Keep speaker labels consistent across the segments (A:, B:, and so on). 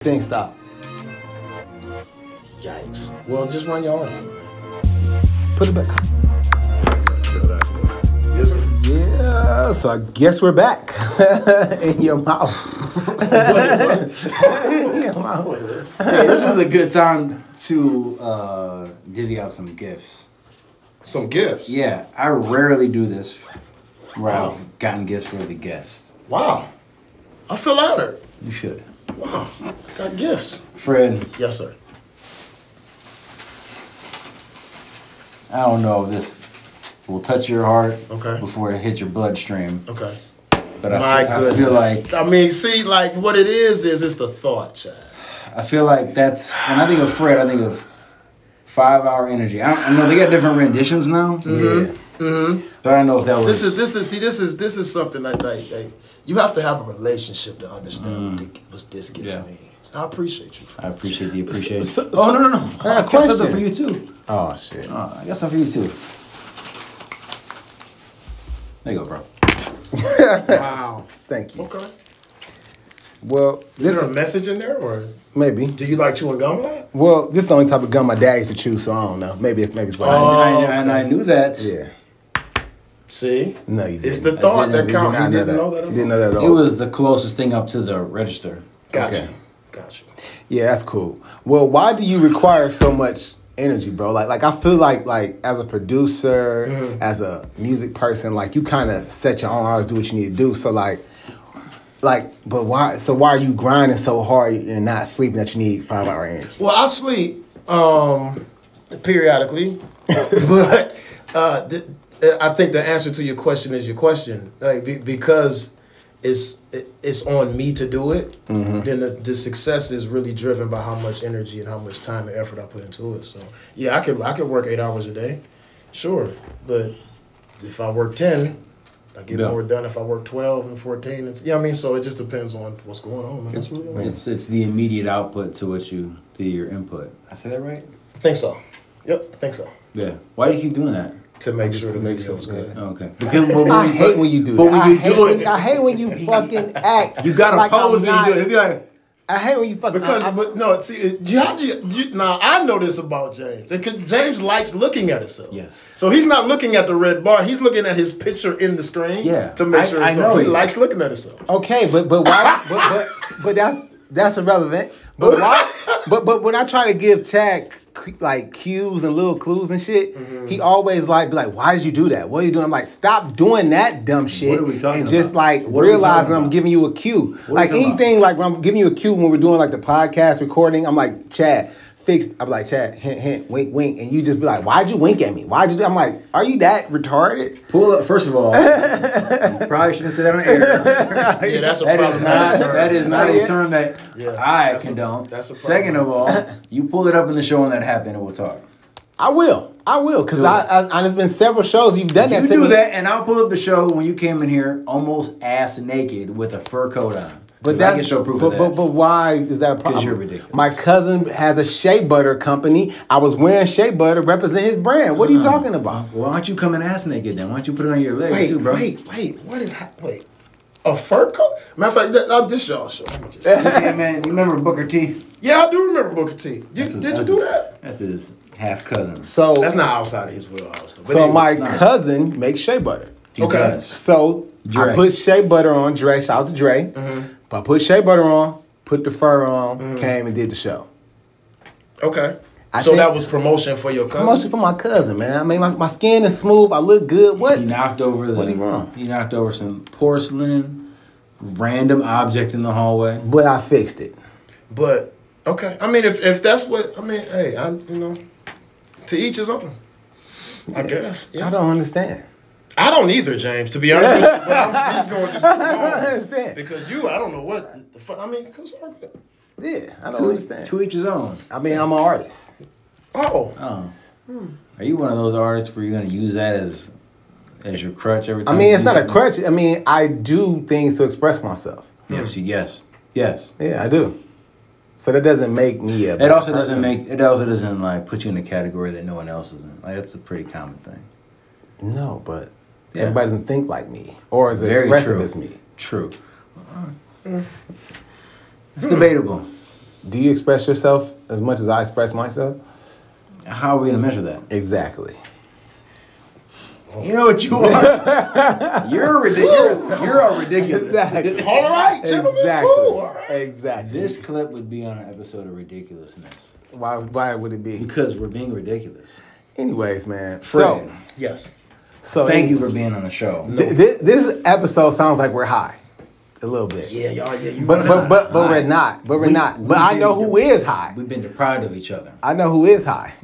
A: Thing stop.
B: Yikes. Well, just run your audio, man.
A: Put it back.
C: Kill that boy. Yes, sir.
A: Yeah, so I guess we're back in your mouth. in your mouth.
D: Hey, this is a good time to uh, divvy out some gifts.
C: Some gifts.
D: Yeah, I rarely do this where I've gotten gifts for the guests.
B: Wow. I feel honored.
D: You should.
B: Wow. I got gifts.
D: Fred,
B: Yes, sir.
D: I don't know if this will touch your heart
B: Okay.
D: before it hits your bloodstream,
B: Okay.
D: but
B: My
D: I, fe- I
B: goodness.
D: feel like
B: I mean, see, like what it is is it's the thought, child.
D: I feel like that's when I think of Fred, I think of Five Hour Energy. I don't I know they got different renditions now. Yeah. But I don't know if that was
B: This is this is see this is this is something that like, like, you have to have a relationship to understand what, the, what this gift
D: Mm. Yeah.
B: means. I appreciate you.
D: I appreciate the appreciation.
B: so-
D: oh no no no! I got something
A: question.
D: for you too.
A: Oh shit.
D: Uh, I got something for you too. There you go, bro.
B: Wow.
A: Thank you.
B: Okay. Is
A: Well, this
B: there a message in there, or
A: maybe.
B: do you like chewing gum? a lot?
A: Well, this is the only type of gum my dad used to chew, so I don't know. Maybe it's maybe it's what
D: And
A: I
D: I,
B: Oh,
D: and I knew that.
A: Yeah.
B: See,
A: No, you didn't.
B: it's the thought
D: didn't-
B: that counts. You
A: I
B: didn't know that.
A: You
B: at
A: didn't
B: all.
A: know that at all.
D: It was the closest thing up to the register.
B: Got
A: Okay.
B: you. Got you.
A: Yeah, that's cool. Well, why do you require so much energy, bro? Like, like I feel like, like as a producer,
B: Mm-hmm.
A: as a music person, like you kind of set your own hours, do what you need to do. So, like, like, but why? So why are you grinding so hard and not sleeping that you need five hour energy?
B: Well, I sleep um, periodically, but uh, th- I think the answer to your question is your question, like be- because it's it- it's on me to do it. Then the, the success is really driven by how much energy and how much time and effort I put into it. So yeah, I could I could work eight hours a day, sure, but if I work ten. I get
D: Yeah.
B: more done if I work twelve and fourteen. It's, yeah, I mean, so it just depends on what's going on, man. That's really all.
D: It's it's the immediate output to what you to your input. I said that right?
B: I think so. Yep, I think so.
D: Yeah. Why do you keep doing that?
B: to make sure the video's good.
D: Oh, okay. Because when
A: I
D: we-
A: hate when you do
D: but
A: that.
D: when
A: I
D: you
A: hate
D: do
A: when-
D: it-
A: I hate when you fucking act.
D: You gotta
A: like I'm
D: pose when you do it.
A: not-
D: It'd be like,
A: I hate when you fucking
B: Because,
A: I- I-
B: but no, see, it- you, how do you, you, now I know this about James. It could- James likes looking at himself.
D: Yes.
B: So he's not looking at the red bar. He's looking at his picture in the screen.
D: Yeah.
B: To make
D: I-
B: sure.
D: I
B: it's on.
D: know
B: he
D: it.
B: likes looking at himself.
A: Okay, but but why? but, but but that's that's irrelevant. But why? But but when I try to give Chad c- like cues and little clues and shit,
D: Mm-hmm.
A: he always like be like, "Why did you do that? What are you doing?" I'm like, "Stop doing that dumb shit."
D: are we talking
A: and just
D: about?
A: like
D: What are we
A: realizing
D: talking
A: I'm
D: about?
A: giving you a cue. like
D: talking
A: anything, like when I'm giving you a cue when we're doing like the podcast recording, I'm like, "Chad." Fixed. I'm like Chad, hint, hint, wink, wink, and you just be like, "Why'd you wink at me? Why'd you?" Do-? I'm like, "Are you that retarded?"
D: pull up. First of all, you probably shouldn't say that on air.
B: Yeah, that's a
D: That is
B: problem.
D: not that is not
A: Yeah.
D: a term that I
B: that's a-
D: condone.
B: that's a
D: Second of all, you pull it up in the show and that happened, and we'll talk.
A: I will. I will, cause I, I, I. There's been several shows you've done that
D: You
A: to
D: do
A: me.
D: that, and I'll pull up the show when you came in here almost ass naked with a fur coat on.
A: But
D: But
A: that's
D: I can show proof
A: but,
D: of that.
A: But, but why is that a problem?
D: you're ridiculous.
A: My cousin has a shea butter company. I was wearing shea butter, represent his brand. What are you
D: Mm-hmm.
A: talking about?
D: Why don't you come in ass naked then? Why don't you put it on your legs
B: Wait,
D: too, bro?
B: wait, wait. What is that? Wait. A fur coat? Matter of fact, that, uh, this y'all show. I'ma just say.
D: Hey man, you remember Booker T?
B: yeah, I do remember Booker T. Did,
D: That's his-
B: did you
D: that's
B: do
D: his-
B: that?
D: That's his half cousin.
A: So
B: That's not outside of his wheelhouse. though. But
A: so
B: anyway,
A: my
D: it's not.
A: cousin makes shea butter.
D: He
B: Okay.
D: does.
A: So I
D: Dre. Mm-hmm.
A: put shea butter on Dre. Shout out to Dre. But I put shea butter on, put the fur on, came and did the show.
B: okay.
A: I
B: so
A: think-
B: that was promotion for your cousin.
A: Mostly for my cousin, man. I mean, my, my skin is smooth. I look good. What?
D: He knocked over the.
A: What he wrong?
D: He knocked over some porcelain, random object in the hallway.
A: But I fixed it.
B: But okay, I mean, if if that's what I mean, hey, I you know, to each his own. I guess. Yeah.
A: I don't understand.
B: I don't either, James. To be honest, with you, but I'm just going to just move
A: I
B: on.
A: understand.
B: because you, I don't know what the fuck. I mean, who's arguing?
A: Yeah, I don't
D: To,
A: understand.
D: e- to each his own.
A: I mean, I'm an artist.
B: Oh,
D: Oh,
A: Hmm.
D: are you one of those artists where you're gonna use that as, as your crutch every
A: I
D: time?
A: mean,
D: you
A: it's
D: do
A: not a
D: something?
A: crutch. I mean, I do things to express myself.
D: Yes, you- yes, yes.
A: Yeah, I do. So that doesn't make me a.
D: It
A: bad
D: also doesn't
A: person.
D: make it also doesn't like put you in a category that no one else is in. Like that's a pretty common thing.
A: No, but
D: Yeah.
A: everybody doesn't think like me or as
D: Very
A: expressive
D: true.
A: as me.
D: True. It's debatable.
A: Do you express yourself as much as I express myself?
D: How are we gonna measure that?
A: Exactly.
D: You know what you are. you're ridiculous. You're all ridiculous.
A: Exactly.
B: All right, gentlemen, cool. All
A: Exactly.
B: right.
A: Exactly.
D: This clip would be on an episode of ridiculousness
A: Why? Why would it be?
D: because we're being ridiculous.
A: Anyways, man.
D: Fred,
B: Yes.
A: so, so
D: thank you for being on the show.
A: Th- th- this episode sounds like we're high, a little bit.
B: Yeah, y'all. Yeah, you.
A: But
B: running
A: but
B: high.
A: but but we're not. But we're not. But
D: we
A: I know
D: did
A: who
D: the-
A: is high.
D: We've been deprived of each other.
A: I know who is high.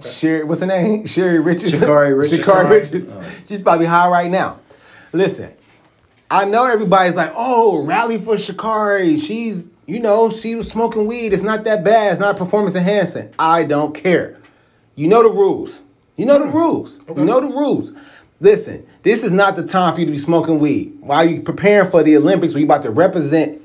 A: Sherry, what's her name? Sherry Richardson.
D: Shakari Richardson.
A: Shakari Richards.
D: Oh.
A: She's probably high right now. Listen, I know everybody's like, oh, rally for Shakari. She's, you know, she was smoking weed. It's not that bad. It's not performance enhancing. I don't care. You know the rules. You know the
D: Hmm.
A: rules. You know the rules. Listen, this is not the time for you to be smoking weed. While you preparing for the Olympics, where you about to represent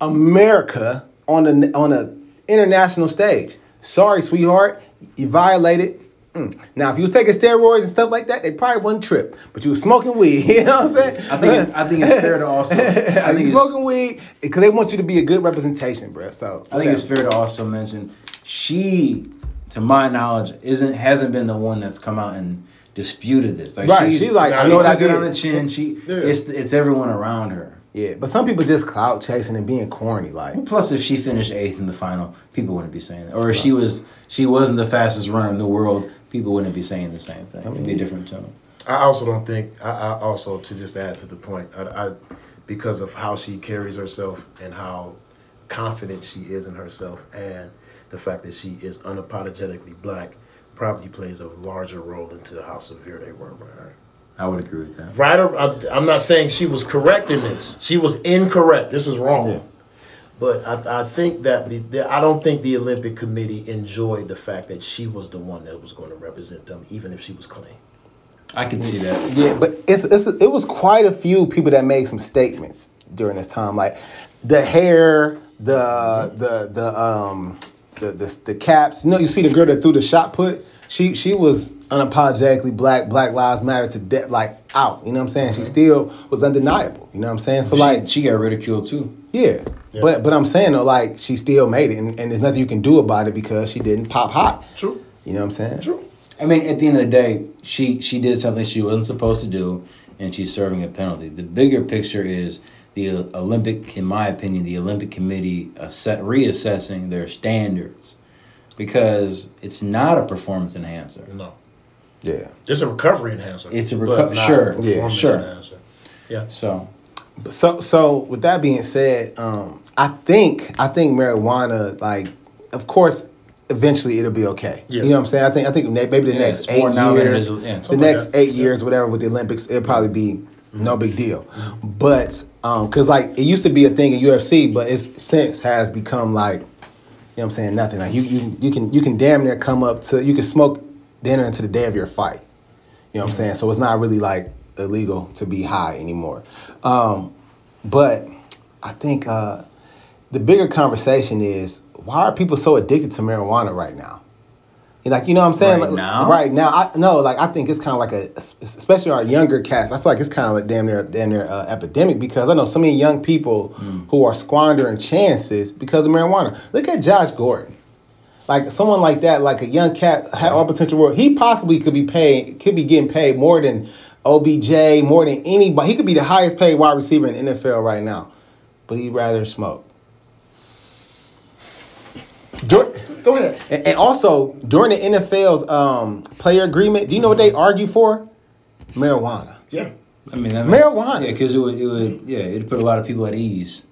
A: America on an on a international stage. Sorry, sweetheart, you violated. Mm. Now, if you was taking steroids and stuff like that, they probably wouldn't trip. But you was smoking weed. You know what I'm saying?
D: I think I think it's fair to also. I
A: Are
D: think
A: you
D: it's-
A: smoking weed? Because they want you to be a good representation, bruh. So
D: I think it's fair to also mention she, to my knowledge, isn't hasn't been the one that's come out and disputed this. Like
A: Right, she's like, I know what I
D: took it
A: did.
D: on the chin. She it's it's everyone around her.
A: yeah. But some people just clout chasing and being corny. Like
D: Plus, if she finished eighth in the final, people wouldn't be saying that. Or if she was she wasn't the fastest runner in the world, people wouldn't be saying the same thing. It'd be a different tone.
B: I also don't think. I, I also to just add to the point. I, I because of how she carries herself and how confident she is in herself, and the fact that she is unapologetically black, probably plays a larger role into how severe they were with her.
D: I would agree with that.
B: Right or I, I'm not saying she was correct in this. She was incorrect. This is wrong. But I, I think that the, the, I don't think the Olympic Committee enjoyed the fact that she was the one that was going to represent them, even if she was clean.
D: I can see that.
A: Yeah, but it's, it's it was quite a few people that made some statements during this time, like the hair, the the the um the the, the caps. You know, you see the girl that threw the shot put. She she was unapologetically black. Black Lives Matter to death, like out. You know what I'm saying? She still was undeniable. You know what I'm saying? So like
D: Like she got ridiculed too.
A: yeah. But but I'm saying though, like she still made it, and, and there's nothing you can do about it because she didn't pop hot.
B: True.
A: You know what I'm saying?
B: True.
D: I mean, at the end of the day, she she did something she wasn't supposed to do, and she's serving a penalty. The bigger picture is the Olympic, in my opinion, the Olympic Committee asse- reassessing their standards because it's not a performance enhancer.
B: No.
A: Yeah.
B: It's a recovery enhancer.
D: It's a
B: but
D: reco-
B: not
D: sure,
B: a
D: yeah,
B: performance
D: sure.
B: enhancer. Yeah.
D: So
A: So so with that being said, um, I think I think marijuana like of course eventually it'll be okay.
B: Yeah.
A: You know what I'm saying? I think I think na- maybe the
D: Yeah,
A: next
D: it's
A: eight
D: more now than it
A: years,
D: is- yeah.
A: the
D: Something
B: like
A: next
B: that.
A: eight years, whatever with the Olympics, it'll probably be no big deal.
D: Mm-hmm.
A: But um, cause like it used to be a thing in UFC, but it's since has become like you know what I'm saying nothing. Like you you you can you can damn near come up to you can smoke dinner into the day of your fight. You know what I'm saying? So it's not really like illegal to be high anymore. Um, but I think uh, the bigger conversation is why are people so addicted to marijuana right now? And, Like you know what I'm saying?
D: Right
A: Like,
D: now?
A: right now, I no, like I think it's kind of like a, especially our younger cats. I feel like it's kind of like damn near damn near uh, epidemic because I know so many young people
D: Mm.
A: who are squandering chances because of marijuana. Look at Josh Gordon like someone like that, like a young cat, had all potential world. He possibly could be paid, could be getting paid more than OBJ, more than anybody. He could be the highest paid wide receiver in NFL right now, but he'd rather smoke. Dur-
B: Go ahead.
A: and, and also during the NFL's um, player agreement, do you know what they argue for? Marijuana.
B: Yeah.
D: I mean, that makes-
A: Marijuana.
D: yeah, because it would it would yeah it'd put a lot of people at ease.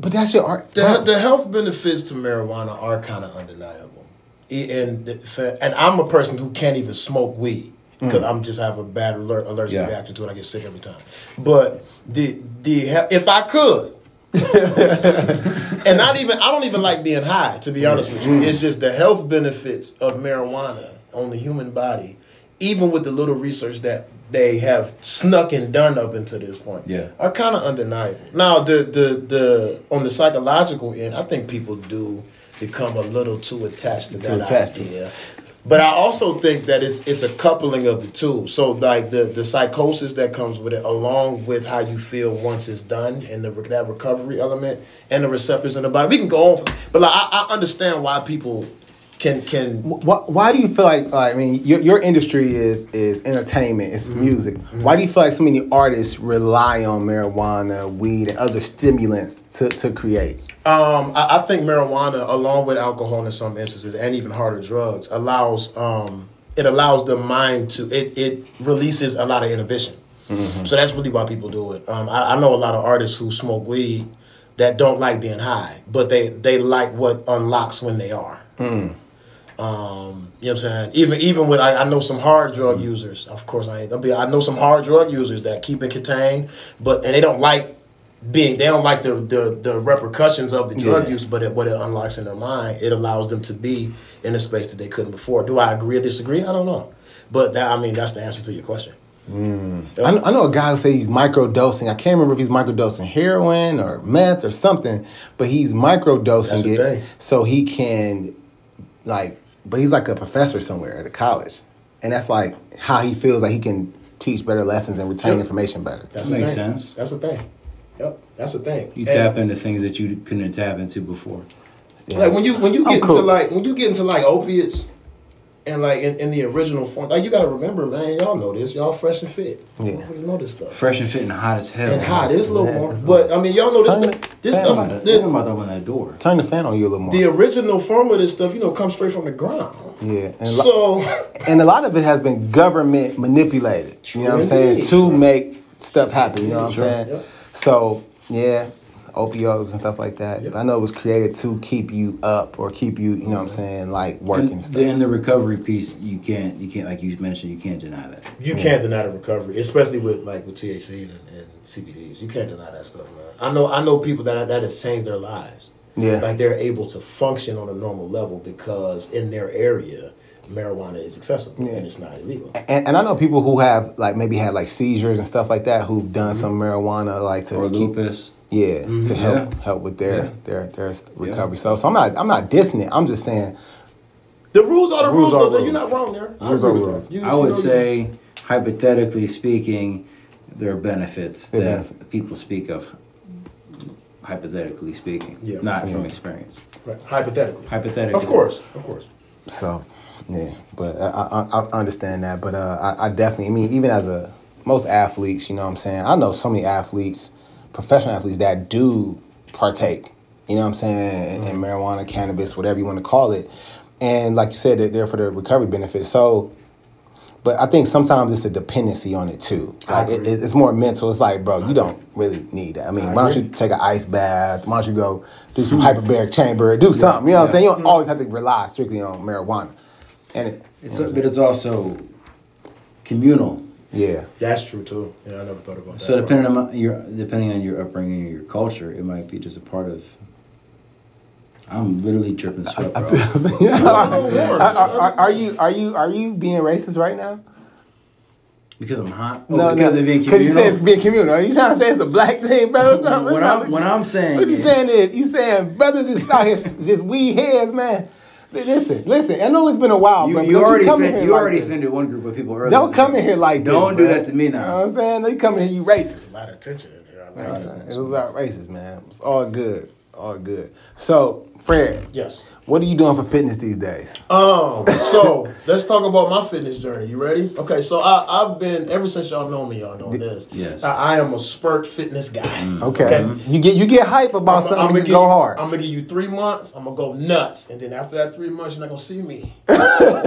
A: But that's your art.
B: The, the health benefits to marijuana are kind of undeniable, E- and if- and I'm a person who can't even smoke weed because I'm just have a bad aller- allergic
D: Mm. Yeah.
B: reaction to it. I get sick every time. But the the he- if I could, and not even I don't even like being high to be honest with you. It's just the health benefits of marijuana on the human body, even with the little research that they have snuck and done up until this point
D: Yeah.
B: are kind of undeniable. Now, the the the on the psychological end, I think people do become a little too attached to
A: Too
B: that
A: attached to
B: idea But I also think that it's it's a coupling of the two. So like the the psychosis that comes with it, along with how you feel once it's done, and the re- that recovery element, and the receptors in the body. We can go on, for, but like I, I understand why people can can
A: Why, why do you feel like, like I mean your, your industry is is entertainment, it's music. Why do you feel like so many artists rely on marijuana, weed, and other stimulants to, to create?
B: Um, I, I think marijuana, along with alcohol in some instances, and even harder drugs, allows um, it allows the mind to it it releases a lot of inhibition. So that's really why people do it. Um, I, I know a lot of artists who smoke weed that don't like being high, but they they like what unlocks when they are. Um, you know what I'm saying? Even even with I, I know some hard drug
D: Mm-hmm.
B: users. Of course, I ain't. I, mean, I know some hard drug users that keep it contained, but and they don't like being. They don't like the the, the repercussions of the drug
A: Yeah.
B: use. But it, what it unlocks in their mind, it allows them to be in a space that they couldn't before. Do I agree or disagree? I don't know. But that I mean, that's the answer to your question.
A: I know, I know a guy who says he's microdosing. I can't remember if he's microdosing heroin or meth or something, but he's
B: That's
A: microdosing
B: the
A: it
B: thing.
A: so he can, like, but he's like a professor somewhere at a college, and that's like how he feels like he can teach better lessons and retain information better.
B: That's
D: That
B: the
D: makes
B: thing.
D: sense.
B: That's the thing. Yep, that's the thing.
D: You
B: And-
D: tap into things that you couldn't tap into before.
B: Like when you when you
A: I'm
B: get
A: cool.
B: into like when you get into like opiates and like in, in the original form, like you gotta remember, man, y'all know this. Y'all fresh and fit.
A: Yeah.
B: Motherfuckers know this stuff.
D: Fresh and fit and hot as hell.
B: and hot. It's a little more.
A: Yes.
B: But I mean y'all know this
A: Turn
B: stuff
A: it
B: this
A: down.
D: Talking
B: stuff
D: about that- talking
B: the,
D: about open that door.
A: Turn the fan on you a little more.
B: the original form of this stuff, you know, comes straight from the ground.
A: yeah, and, lo-
B: So
A: and a lot of it has been government manipulated. You know what I'm saying
B: Indeed.
A: to make stuff happen. You know what I'm saying.
B: Yep.
A: So yeah, opioids and stuff like that.
B: Yep.
A: I know it was created to keep you up or keep you. You know what I'm saying, like working
D: And
A: and stuff.
D: then the recovery piece, you can't, you can't, like you mentioned, you can't deny that.
B: you
A: Hmm.
B: can't deny the recovery, especially with like with THCs and, and CBDs. You can't deny that stuff, man. I know I know people that that has changed their lives.
A: Yeah.
B: like they're able to function on a normal level because in their area, marijuana is accessible and it's not illegal.
A: and, and I know people who have like maybe had like seizures and stuff like that who've done
D: Mm-hmm.
A: some marijuana like to
D: Or
A: keep
D: lupus.
A: yeah to help
D: Mm-hmm. Yeah.
A: help with their
D: Yeah.
A: their their s- recovery. So so I'm not I'm not dissing it. I'm just saying
B: The rules are the
A: Rules
B: rules.
A: are
B: though. You're
A: rules.
B: not wrong there. I
A: Rules
B: agree
A: are
B: with
A: rules.
B: that. You-
D: I
B: you
D: would
B: know you-
D: say, hypothetically speaking, there are benefits
A: There are
D: that
A: benefits.
D: people speak of. Hypothetically speaking,
B: Yeah.
D: not from experience.
B: Right. hypothetically.
D: Hypothetically,
B: Of course, of course.
A: So, yeah, but I, I, I understand that. But uh, I, I definitely, I mean, even as a most athletes, you know what I'm saying? I know so many athletes, professional athletes, that do partake, you know what I'm saying, in, in marijuana, cannabis, whatever you want to call it. And like you said, they're there for the recovery benefit. So, but I think sometimes it's a dependency on it too. Like it, it- it's more mental. It's like, bro, you don't really need that. I mean, why don't you take an ice bath? Why don't you go do some hyperbaric chamber? Do something. You know what I'm saying? You don't always have to rely strictly on marijuana. And it,
D: It's but it's also communal.
A: yeah,
B: That's true too. Yeah, I never thought about that.
D: So depending on my- your depending on your upbringing and your culture, it might be just a part of. I'm literally dripping sweat, bro.
A: are, are, are you are you are you being racist right now?
D: because I'm hot. Oh, because of being
A: because you
D: communal.
A: said it's being communal. Are you trying to say it's a black thing, bro? What's wrong- what's
D: What
A: wrong
D: I'm-
A: with
D: what
A: you?
D: I'm saying
A: what you
D: is-
A: saying is you saying brothers is out here s- just weed heads, man. Li- Listen, listen. I know it's been a while,
D: you,
A: but
D: you
A: don't
D: already
A: you come in
D: offend-
A: here
D: you
A: like
D: already
A: this.
D: offended one group of people earlier.
A: Don't come in here like this.
D: Don't do
A: bro. Uh,
D: that to me
A: You know what
D: now.
A: I'm saying? They come in here, you racist.
B: a lot of attention in here. I like
A: It
B: that.
A: was all racist, man. It's all good, all good. So, Fred,
B: Yes.
A: what are you doing for fitness these days?
B: Um, so let's talk about my fitness journey. You ready? Okay, so I, I've been ever since y'all know me, y'all know this.
D: Yes.
B: I, I am a spurt fitness guy.
A: Mm. Okay, you get you get hype about
B: I'ma-
A: something,
B: I'ma
A: you
B: give
A: go
B: you-
A: hard.
B: I'm gonna give you three months. I'm gonna go nuts, and then after that three months, you're not gonna see me.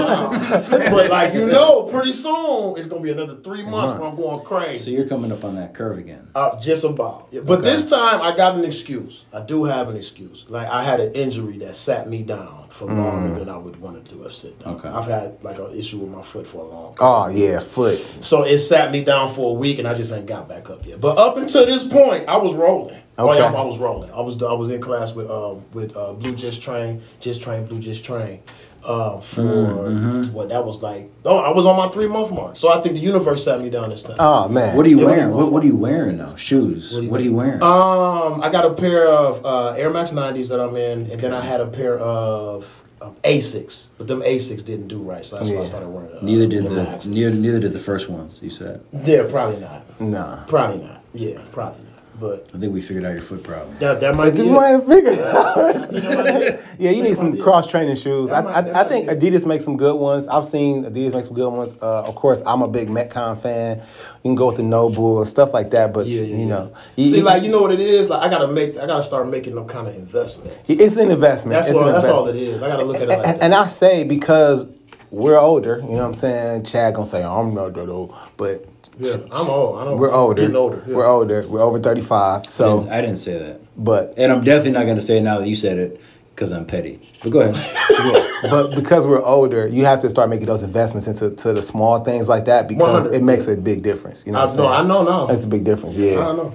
B: but like you know, pretty soon it's gonna be another three months,
A: Months.
B: where I'm going crazy.
D: So you're coming up on that curve again.
B: Uh, just about. Yeah, But this time I got an excuse. I do have an excuse. Like I had an injury that sat me down for longer than I would want to have sit down.
D: Okay.
B: I've had like an issue with my foot for a long time.
A: Oh yeah, foot.
B: So it sat me down for a week and I just ain't got back up yet. But up until this point, I was rolling. Oh, yeah,
A: Okay.
B: I was rolling. I was I was in class with um with uh, Blue Just Train, Just Train, Blue Just Train. Uh, for what that was like. Oh, I was on my three month mark. So I think the universe sat me down this time.
A: Oh man,
D: What are you
B: Yeah, what
D: wearing?
B: you
D: What, what are you wearing though? Shoes. What are you, wearing?
B: Um, I got a pair of uh, Air Max 90s that I'm in, and then I had a pair of um, Asics, but them Asics didn't do right, so that's why I
A: Yeah.
B: started wearing. Uh,
D: Neither did the
B: Relaxes.
D: neither, neither did the first ones you said.
B: Yeah, probably not.
A: Nah.
B: Probably not. Yeah, probably not. But
D: I think we figured out your foot problem.
B: that that might
A: But
B: be.
A: you
B: it.
A: might have figured it out.
B: You know what I mean?
A: Yeah, you need some cross training shoes. I,
B: That might- that
A: I, I
B: might
A: think
B: be it.
A: Adidas makes some good ones. I've seen Adidas make some good ones. Uh, of course, I'm a big Metcon fan. You can go with the Noble and stuff like that, but
B: Yeah, yeah,
A: you
B: yeah.
A: know, you-
B: See,
A: you-
B: like you know what it is. Like I gotta make, I gotta start making no kind of investments.
A: it's an investment.
B: That's
A: it's
B: what,
A: an
B: that's all
A: investment.
B: it is. I gotta look at it
A: And,
B: like that.
A: and I say because we're older, you know what I'm saying? Chad gonna say, I'm not that old, but
B: yeah, I'm old. I don't.
A: we're older.
B: Getting older. yeah.
A: We're older. We're over 35. So,
D: I didn't say that,
A: but
D: and I'm definitely not going to say it now that you said it because I'm petty. But go ahead.
A: but because we're older, you have to start making those investments into to the small things like that because
B: 100.
A: it makes a big difference. You know
B: I,
A: what I'm
B: no,
A: saying?
B: I know now.
A: That's a big difference. Yeah.
B: I know.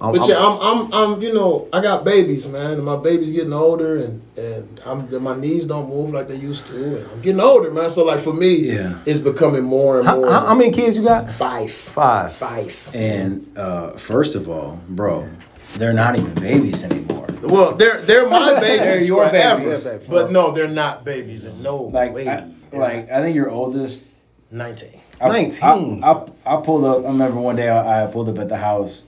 B: but yeah, I'm, I'm, I'm, you know, I got babies, man, and my baby's getting older, and and I'm, and my knees don't move like they used to, and I'm getting older, man. So like for me,
D: Yeah.
B: it's becoming more and
A: How,
B: more.
A: how, how many kids you got?
B: Five.
A: Five.
B: Five.
D: And uh, first of all, bro, they're not even babies anymore.
B: Well, they're they're my babies
D: They're your
B: forever,
D: babies.
A: Yeah, baby.
B: but no, they're not babies, and no
D: Like,
B: way.
D: I, like I think your oldest
B: Nineteen.
D: I-
A: 19.
D: I, I, I pulled up. I remember one day I, I pulled up at the house.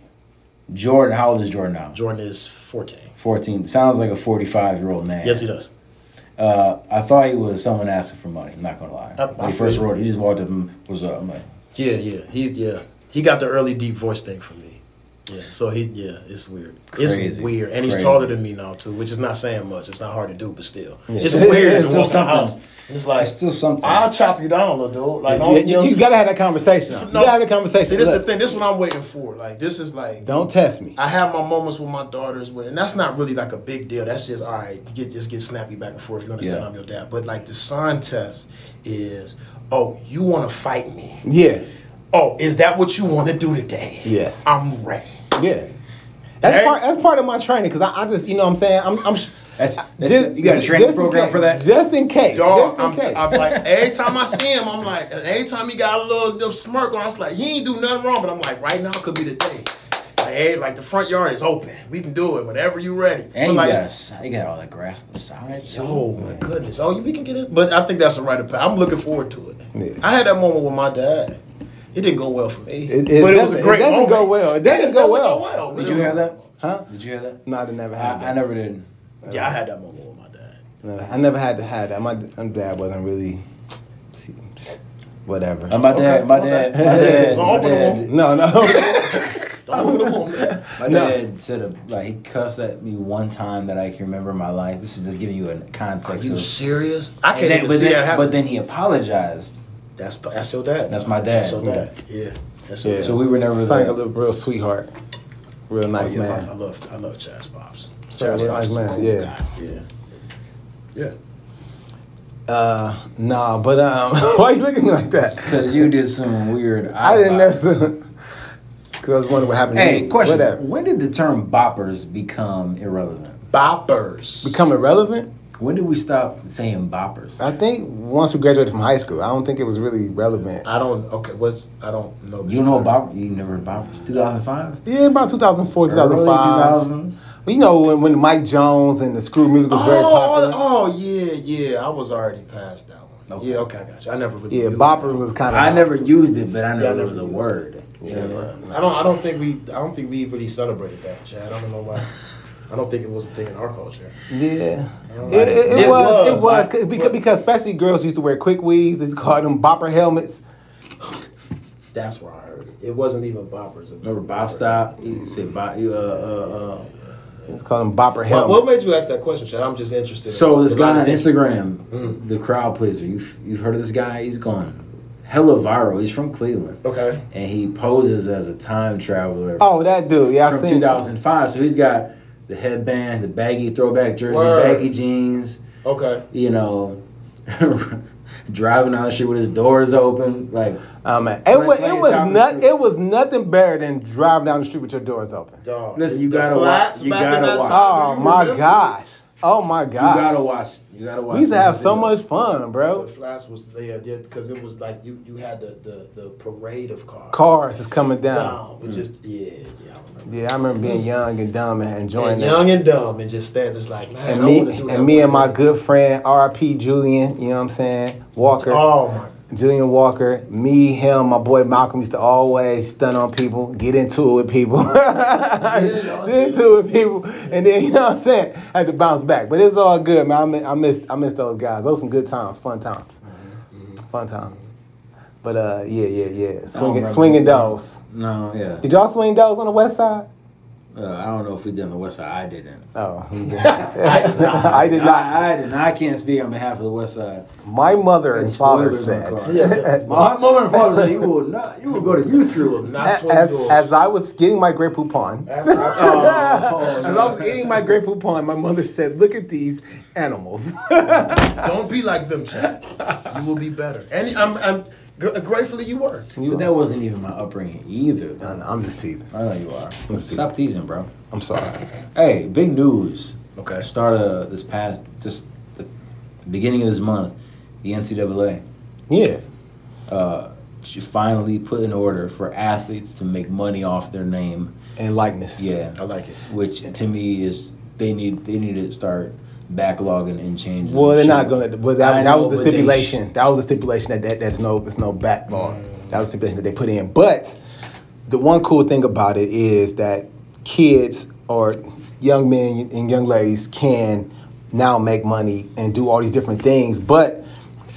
D: Jordan, how old is Jordan now?
B: Jordan is fourteen.
D: Fourteen. Sounds like a forty-five-year-old man.
B: Yes, he does.
D: Uh, I thought he was someone asking for money. I'm not gonna lie.
B: I-
D: when
B: I
D: he first
B: feel you.
D: wrote, it, he just walked up and was up. I'm like,
B: Yeah, yeah. He's yeah. He got the early deep voice thing from me. Yeah. So he yeah, it's weird. It's
D: Crazy.
B: weird. And he's
D: Crazy.
B: taller than me now too, which is not saying much. It's not hard to do, but still.
D: It's
B: It's weird. It's
D: still
B: walking
D: something.
B: out. It's like
D: It's still something.
B: I'll chop you down, little dude. Like
A: You, you- you gotta have that conversation. You gotta have that conversation.
B: See, this is the
A: Look,
B: thing. This is what I'm waiting for. Like this is like
A: Don't test me.
B: I have my moments with my daughters, with, and that's not really like a big deal. That's just all right. You get just get snappy back and forth. You understand?
D: Yeah.
B: I'm your dad, but like the son test is, oh, you want to fight me?
A: Yeah.
B: Oh, is that what you want to do today?
A: Yes.
B: I'm ready.
A: Yeah. That's
B: Hey.
A: part. That's part of my training because I, I just, you know, what I'm saying, I'm, I'm. sh-
D: That's- that's- you got a training
A: just in
D: program
A: case-
D: for that?
A: Just in case.
B: Dog,
A: just in
B: I'm,
A: case.
B: t- I'm like, every time I see him, I'm like, and every time he got a little, little smirk on, I was like, he ain't do nothing wrong, but I'm like, right now could be the day. Like, hey, like the front yard is open. We can do it whenever you're ready.
D: and
B: But
D: you
B: like,
D: got a s- you got all that grass on the side. too.
B: Oh my goodness! Oh, we can get it, but I think that's a right of passage. I'm looking forward to it.
A: Yeah.
B: I had that moment with my dad. It didn't go well for me,
A: It- it
B: but it was a
A: doesn't- it
B: great
A: doesn't
B: moment.
A: go well. It doesn't go well.
B: but
D: Did
B: it
D: you
B: was a
D: hear
B: great
D: that?
A: huh?
D: Did you hear that?
A: No, I didn't never had
D: I, I
A: that.
D: never did.
B: moment. Yeah, I had that moment with my dad.
A: Never- I never had to had that. My, my dad wasn't really. Whatever.
D: Uh, my dad, my
B: my
D: dad,
B: bad.
D: my dad, my
B: Open the
D: dad,
A: no, no.
B: Don't look at the woman.
D: my
A: No.
D: dad said a, like he cussed at me one time that I can remember in my life. This is just giving you a context
B: You
D: of.
B: serious? I
D: And
B: can't
D: then,
B: even
D: but,
B: see that
D: then,
B: happen.
D: but then he apologized.
B: that's that's your dad.
D: That's my dad.
B: That's your dad. Yeah. That's your
A: Yeah.
B: dad.
D: So we were never
A: Sound like
D: there.
A: a little real sweetheart, real nice
B: yeah,
A: man.
B: I, I love I love Chaz Pops.
A: Yeah,
B: Chaz Pops
A: yeah, nice
B: is a
A: man,
B: cool
A: yeah.
B: guy. Yeah. Yeah.
A: Nah, but um, why you looking like that?
D: Because you did some weird.
A: I didn't
D: eye-bop.
A: know. Because I was wondering what happened. to
D: Hey,
A: you.
D: question.
A: Whatever.
D: When did the term boppers become irrelevant?
B: Boppers.
A: Become irrelevant?
D: When did we stop saying boppers?
A: I think once we graduated from high school, I don't think it was really relevant.
B: I don't. Okay, what's I don't know. This
D: You know
B: term.
D: about you never boppers. 2005,
A: Yeah, about 2004, 2005.
D: 2000s.
A: Well, you know when, when Mike Jones and the Screw music was very
B: Oh,
A: popular.
B: oh yeah, yeah. I was already past that one.
D: Okay.
B: Yeah, okay, I got you. I never really.
A: Yeah,
B: knew.
A: Bopper was kind of.
D: I never used it, but I
B: Yeah, I
D: know it
B: never
D: was a
B: used
D: word.
B: Yeah, I don't. I don't think we. I don't think we really celebrated that, Chad. I don't know why. I don't think it was a thing in our culture.
A: Yeah. It, it, it
B: It
A: was. It
B: was.
A: was.
B: I-
A: because, because especially girls used to wear quick weaves. They used to call them Bopper helmets.
B: That's where I heard it. It wasn't even boppers. It was
D: Remember bop stop? You said bop. You uh uh uh.
A: They used to call them Bopper
B: What,
A: helmets.
B: what made you ask that question, Chad? I'm just interested.
D: So
B: in
D: this
B: the
D: guy
B: line
D: on
B: of thinking.
A: Hmm.
D: Instagram, the crowd pleaser. You you've heard of this guy? He's gone hella viral. He's from Cleveland,
B: Okay.
D: and he poses as a time traveler.
A: Oh, that dude. Yeah, I've
D: from
A: seen.
D: 2005. So he's got the headband, the baggy throwback jersey,
B: Word.
D: baggy jeans.
B: Okay.
D: You know, driving out shit with his doors open. Like
A: Um, it was it
D: playing
A: was
D: Thomas
A: not
D: Street.
A: it was nothing better than driving down the street with your doors open.
B: Dog.
D: Listen, you
B: The
D: gotta
B: flats
D: watch- you
B: back in
D: gotta
B: that
D: watch.
B: time,
A: Oh
B: do you
A: my
B: remember?
A: gosh! Oh my god.
D: You gotta watch. it. You gotta watch.
A: We used to
D: it.
A: have so much fun,
B: The
A: bro.
B: flats was yeah, yeah, because it was like you you had the the, the parade of cars.
A: Cars is coming down.
B: Down,
D: Hmm.
B: which is yeah, yeah. I remember.
A: Yeah, I remember being young and dumb and enjoying
B: And
A: that.
B: young and dumb, and just standing just like man.
A: and
B: I wanna
A: me
B: do that
A: and me and
B: one
A: my
B: day.
A: good friend R.I.P. Julian, you know what I'm saying? Walker,
B: Oh my.
A: Julian Walker, me, him, my boy Malcolm used to always stun on people, get into it with people,
B: y'all
A: get
B: did.
A: into it with people, and then you know what I'm saying? I had to bounce back, but it's all good, man. I mi- I missed I missed those guys. Those some good times, fun times, fun times. But uh, yeah, yeah, yeah, swinging
D: remember
A: swinging
D: that.
A: those.
D: No, yeah.
A: Did y'all swing those on the west side?
D: Uh, I don't know if we did on the west side. I didn't.
A: Oh, I did not.
D: I, I didn't. I can't speak on behalf of the west side.
A: My mother and
D: It's
A: father
D: spoilers on the
A: said.
D: card.
B: Yeah,
D: My mother and father said you will not. You will go to youth
B: you
D: group.
B: will not swing
A: as,
B: doors.
A: as I was getting my Grey Poupon,
B: After
D: Oh,
B: I-
A: as I was eating my Grey Poupon, my mother said, "Look at these animals."
B: Don't be like them, Chad. You will be better. And I'm, I'm gr- gratefully you were.
D: But that wasn't even my upbringing either.
A: I know, I'm just teasing.
D: I know you are.
A: see.
D: Stop teasing, bro.
A: I'm sorry.
D: Hey, big news.
B: Okay.
D: Start uh, this past just the beginning of this month, the NCAA
A: Yeah,
D: uh, she finally put an order for athletes to make money off their name.
A: and likeness.
D: Yeah.
B: I like it.
D: Which to me is they need they need to start backlogging and changing.
A: Well, they're
D: shit.
A: not gonna. But
D: I
A: that, that
D: know,
A: was the
D: but they sh-
A: stipulation. that was the stipulation that, that there's no there's no backlog. That was the stipulation that they put in. But the one cool thing about it is that kids or young men and young ladies can now make money and do all these different things. But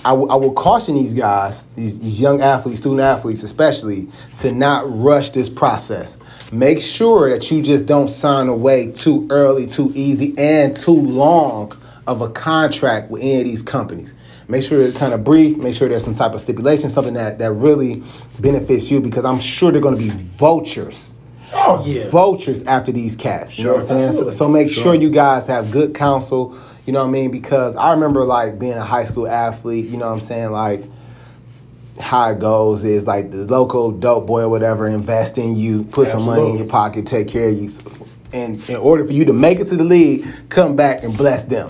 A: I will- I will caution these guys, these, these young athletes, student athletes especially, to not rush this process. Make sure that you just don't sign away too early, too easy, and too long of a contract with any of these companies. Make sure it's kind of brief. Make sure there's some type of stipulation, something that, that really benefits you, because I'm sure they're going to be vultures
B: Oh yeah.
A: vultures after these cats. You know what I'm
B: Sure,
A: saying? So,
B: absolutely.
A: so make sure.
B: Sure.
A: you guys have good counsel. You know what I mean? Because I remember like being a high school athlete. You know what I'm saying? Like how it goes is like the local dope boy or whatever invest in you, put some money in
B: Absolutely.
A: your pocket, take care of you. So f- And in order for you to make it to the league, come back and bless them,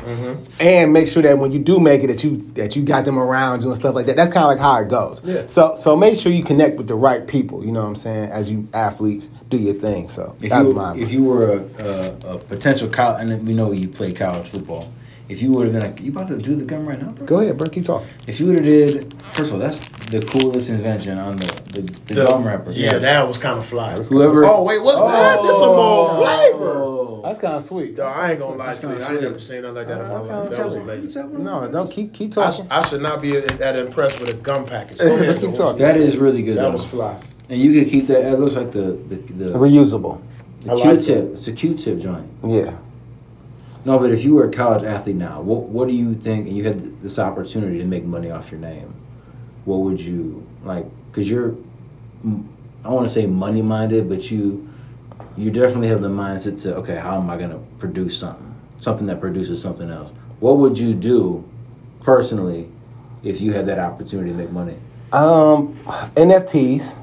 A: and make sure that when you do make it, that you that you got them around you and stuff like that. That's kind of like how it goes.
B: Yeah.
A: So so make sure you connect with the right people. You know what I'm saying? As you athletes do your thing. So
D: If
A: that'd
D: you,
A: be my-
D: if you were a, a, a potential college, and we know you played college football, if you would have been like, you about to do the gum right now, bro?
A: Go ahead, bro. Keep talking.
D: If you would have did, first of all, that's the coolest invention on the the, the,
B: The-
D: gum wrapper.
B: Yeah, that was kind of fly.
D: Whoever.
B: Oh wait, what's that? That's some old flavor.
A: That's kind of sweet.
B: Yo, I ain't gonna lie
D: Oh. That's
B: to you.
D: kinda
B: I ain't
D: sweet.
B: never seen nothing like that in my
A: Uh,
B: life. That was
A: that's-
B: amazing.
A: No, don't keep keep
B: I, sh-
A: talking.
B: I should not be that impressed with a gum package. Go ahead,
A: Keep
B: George.
A: talking.
D: That is really good.
B: That
D: though.
B: was fly.
D: And you could keep that. It looks like the the, the,
A: Reusable.
D: the
B: I like
D: Q-tip. it's a Q-tip joint.
A: Yeah.
D: No, but if you were a college athlete now, what what do you think? And you had this opportunity to make money off your name. What would you like? Because you're, mm, I want to say money minded, but you, you definitely have the mindset to okay, how am I going to produce something, something that produces something else? What would you do, personally, if you had that opportunity to make money?
A: Um, NFTs.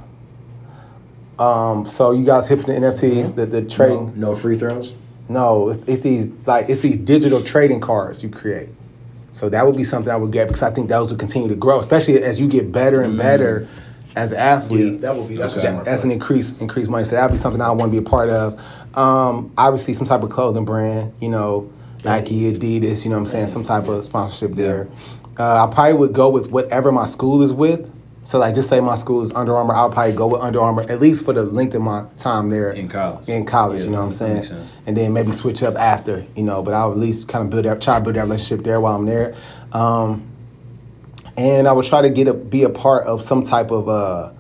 A: Um, so you guys hip to the NFTs, the the
D: No,
A: trading.
D: no free throws.
A: No, it's, it's these like it's these digital trading cards you create. So that would be something I would get because I think those will continue to grow, especially as you get better and better as an athlete.
B: Mm-hmm. Yeah, that would be that's a
A: that-
B: smart
A: that's
B: play.
A: an increase increased money. So that'd be something I want to be a part of. Um, obviously, some type of clothing brand, you know, Nike, Adidas. You know what I'm saying? Some type of sponsorship there. Uh, I probably would go with whatever my school is with. So like, just say my school is Under Armour. I'll probably go with Under Armour at least for the length of my time there
D: In college.
A: In college,
D: Yeah,
A: you know what I'm
D: that
A: saying?
D: makes sense.
A: and then maybe switch up after, you know. But I'll at least kind of build that, try to build that relationship there while I'm there. Um, and I would try to get a be a part of some type of uh,